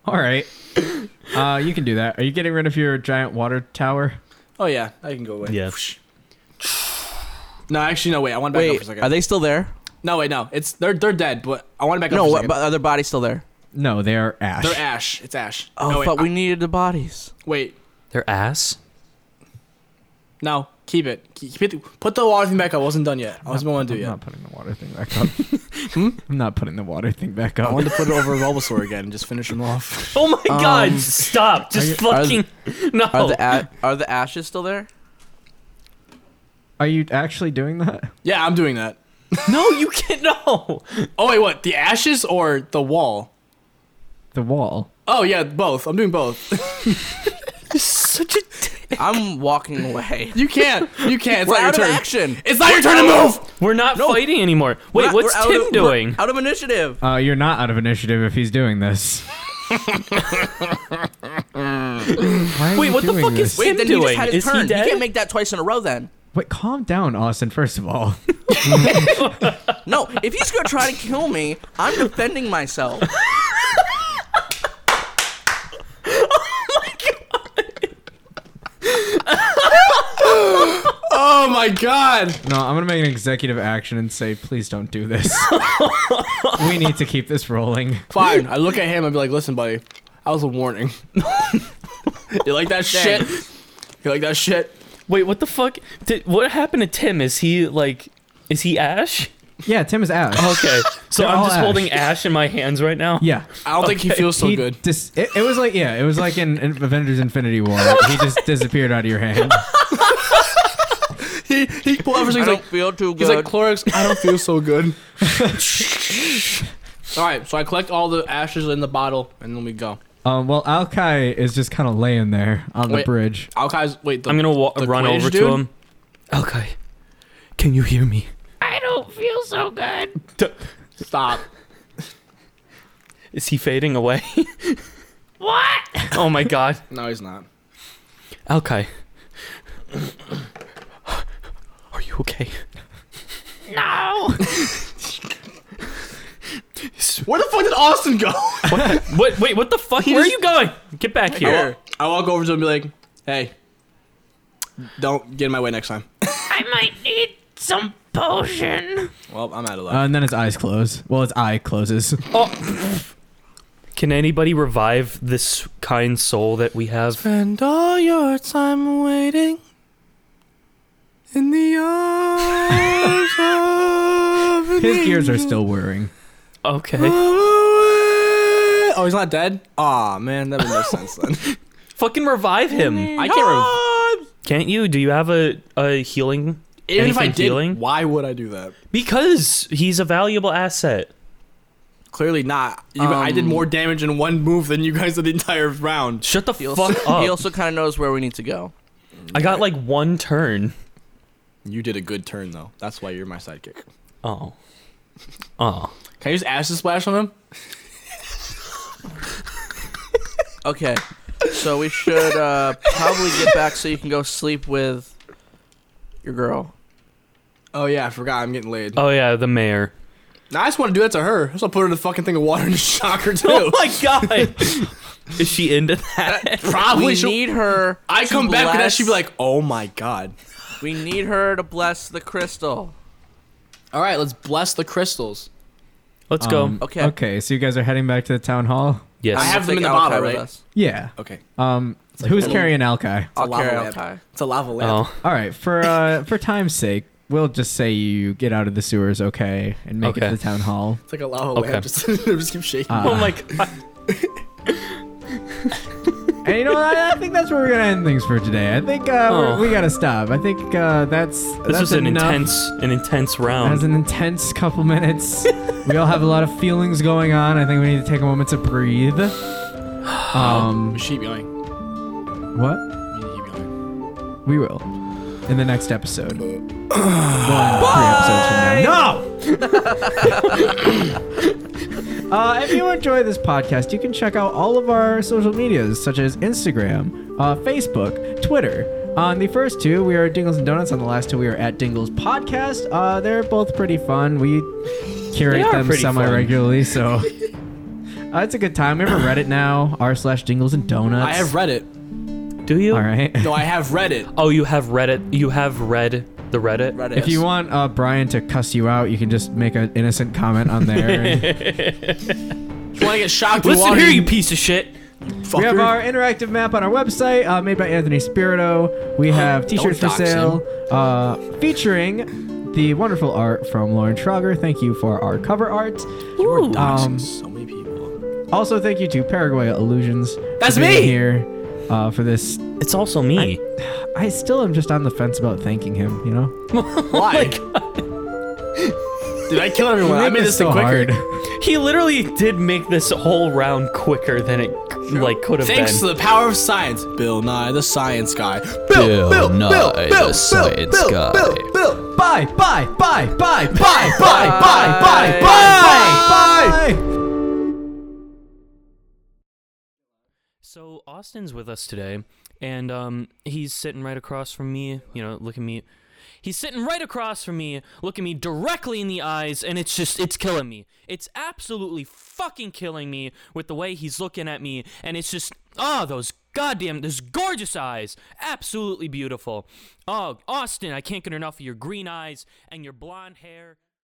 C: All right. Uh, you can do that. Are you getting rid of your giant water tower?
B: Oh yeah, I can go away.
D: yeah.
B: No, actually, no. Wait, I want to back up for a
E: Wait,
B: second.
E: are they still there?
B: no, wait, no. It's they're they're dead, but I want to back up.
E: No,
B: for a
E: what,
B: second.
E: but are their bodies still there?
C: No, they're ash.
B: they're ash. It's ash.
E: Oh,
B: no,
E: but
B: wait,
E: we needed the bodies.
B: I- wait.
D: Their ass?
B: No, keep it. Keep, keep it. Put the water thing back up. I wasn't done yet. I wasn't going to do
C: I'm
B: yet.
C: not putting the water thing back up. I'm not putting the Hmm? water thing back
B: I
C: up.
B: wanted to put it over Bulbasaur again and just finish him off.
D: Oh my god, stop. Just
E: are
D: fucking. no.
E: Are the a- are the ashes still there?
C: Are you actually doing that?
B: Yeah, I'm doing that.
D: no, you can't. No.
B: Oh wait, what? The ashes or the wall?
C: The wall.
B: Oh yeah, both. I'm doing both.
D: Such a. dick.
E: I'm walking away.
B: You can't. You can't. It's
E: We're
B: not
E: out
B: your
E: of
B: turn.
E: action.
B: It's not your turn to move.
D: We're not fighting anymore. Wait,
E: We're-
D: what's
E: we're out
D: Tim
E: of- we're
D: doing?
E: Out of initiative.
C: Uh, you're not out of initiative if he's doing this. Why are
D: Wait,
C: you
D: what the
C: doing
D: fuck is-
C: this?
E: Wait,
D: Tim
E: then he just
D: doing?
E: had
D: Is
E: his
D: he
E: turn.
D: dead?
E: can't make that twice in a row. Then
C: Wait, calm down, Austin. First of all,
E: no. If he's gonna try to kill me, I'm defending myself.
B: Oh my god.
C: no, I'm gonna make an executive action and say, please don't do this. we need to keep this rolling.
B: Fine. I look at him and be like, listen, buddy, that was a warning. you like that shit? You like that shit?
D: Wait, what the fuck? Did, what happened to Tim? Is he like. Is he Ash?
C: Yeah, Tim is ash.
D: Okay. So
C: They're
D: I'm
C: all
D: just
C: Ash.
D: holding Ash in my hands right now?
C: Oh, Yeah.
B: I don't think he feels so
C: He
B: good.
C: dis- it, it was like yeah, it was like in, in Avengers: Infinity War. He just disappeared out of your hand.
B: He, he pulled out for a second,
E: I don't
B: he's like,
E: feel too
B: he's
E: good.
B: like, Clorox, I don't feel so good. all right, so I collect all the ashes in the bottle, and then we go.
C: Um, well, Alkai is just kind of laying there on the
B: Wait.
C: bridge.
B: Alkai's, wait, the,
D: I'm gonna wa-
B: the
D: run
B: Quidditch
D: over
B: dude?
D: to him. Okay. Can you hear me?
B: Stop.
D: Is he fading away? what? Oh my god.
B: No, he's not.
D: Okay. Are you okay?
B: Where the fuck did Austin go?
D: What? what wait, what the fuck? Where are you going? Get back here.
B: I walk over to him and be like, hey, don't get in my way next time.
G: I might need some potion.
B: Well, I'm out of luck.
C: Uh, and then his eyes close. Well, his eye closes.
D: Can anybody revive this kind soul that we have?
B: Spend all your time waiting in the arms of an
C: His ears are
B: angel.
C: still whirring.
D: Okay.
B: Oh, he's not dead? Aw, man, that made no sense then.
D: Fucking revive him.
B: I can't. Rev-
D: Can't you? Do you have a, a healing?
B: Even if I
D: Anything
B: did,
D: healing?
B: why would I do that?
D: Because he's a valuable asset.
B: Clearly not. You, I
D: Um,
B: did more damage in one move than you guys did the entire round.
D: Shut the
E: he
D: fuck
E: also,
D: up.
E: he also kind of knows where we need to go.
D: I got like one turn.
B: You did a good turn though. That's why you're my sidekick.
D: Oh. Oh.
B: Can I use acid splash on him?
E: Okay. So we should uh, probably get back so you can go sleep with your girl.
B: Oh yeah, I forgot. I'm getting laid.
D: Oh yeah, the mayor.
B: now I just want to do that to her. I just want to put her in a fucking thing of water and shock her too.
D: Oh my god. Is she into that?
B: Probably
E: We
B: she'll-
E: need her.
B: I
E: to
B: come back with that, she'd be
E: bless-
B: like, "Oh my god!"
E: "We need her to bless the crystal."
B: All right, let's bless the crystals.
D: Let's
C: Um,
D: go.
E: Okay.
C: Okay, so you guys are heading back to the town hall.
D: Yes.
B: I have them in the bottle, right?
C: Yeah.
B: Okay,
D: Uh,
C: Um, who's carrying Alkai?
E: I'll
B: lava
E: carry
B: lamp.
E: Alkai.
B: it's a lava lamp.
D: oh.
C: All right, for uh, for time's sake, we'll just say you get out of the sewers, okay, and make it
D: Okay.
C: to the town hall.
B: It's like a lava
D: Okay.
B: lamp. Just, just keep shaking.
C: Uh,
D: Oh my god.
C: And you know, what? I, I think that's where we're gonna end things for today. I think uh, we're-
D: Oh.
C: we gotta stop. I think uh, that's
D: This
C: that's
D: was an
C: enough.
D: intense um, an intense
C: That was
D: round.
C: an intense couple minutes. we all have a lot of feelings going on. I think we need to take a moment to breathe. Um,
B: we should keep going.
C: what?
B: We need to keep going.
C: We will. In the next episode. Well, three episodes from now. No! uh, if you enjoy this podcast, you can check out all of our social medias, such as Instagram, uh, Facebook, Twitter. On the first two, we are Dingles and Donuts. On the last two, we are at Dingles Podcast. Uh, they're both pretty fun. We curate
D: are
C: them
D: pretty fun.
C: semi regularly, so. Uh, it's a good time. We have a Reddit now, r slash Dingles and Donuts.
B: I have read it.
D: Do you?
C: All right.
B: No, I have read it.
D: Oh, you have Reddit. You have read the Reddit.
E: Reddit.
C: If you want uh, Brian to cuss you out, you can just make an innocent comment on there. And
B: If you want to get shocked, with
D: Listen
B: water,
D: here, you piece of shit.
C: we have our interactive map on our website, uh, made by Anthony Spirito. We have t-shirts for
B: dox him.
C: sale, uh, featuring the wonderful art from Lauren Schrager. Thank you for our cover art.
B: Ooh.
C: Um,
B: so many people.
C: Also, thank you to Paraguay Illusions. for
B: That's
C: being
B: me!
C: here uh, for this.
D: It's also me.
C: I still am just on the fence about thanking him. You know,
B: Why? Did I kill everyone? I made this thing
C: so
B: quicker.
C: hard.
D: he literally did make this whole round quicker than it like could have
B: Thanks to
D: been.
B: the power of science, Bill Nye the Science Guy.
H: Bill, Bill, Nye, Bill, the Bill, science Bill, guy. Bill,
C: Bye, bye, bye, bye, bye, bye,
E: bye, bye,
C: bye, bye, bye.
D: so Austin's with us today, and um, he's sitting right across from me. You know, look at me. He's sitting right across from me, looking me directly in the eyes, and it's just, it's killing me. It's absolutely fucking killing me with the way he's looking at me, and it's just, oh, those goddamn, those gorgeous eyes. Absolutely beautiful. Oh, Austin, I can't get enough of your green eyes and your blonde hair.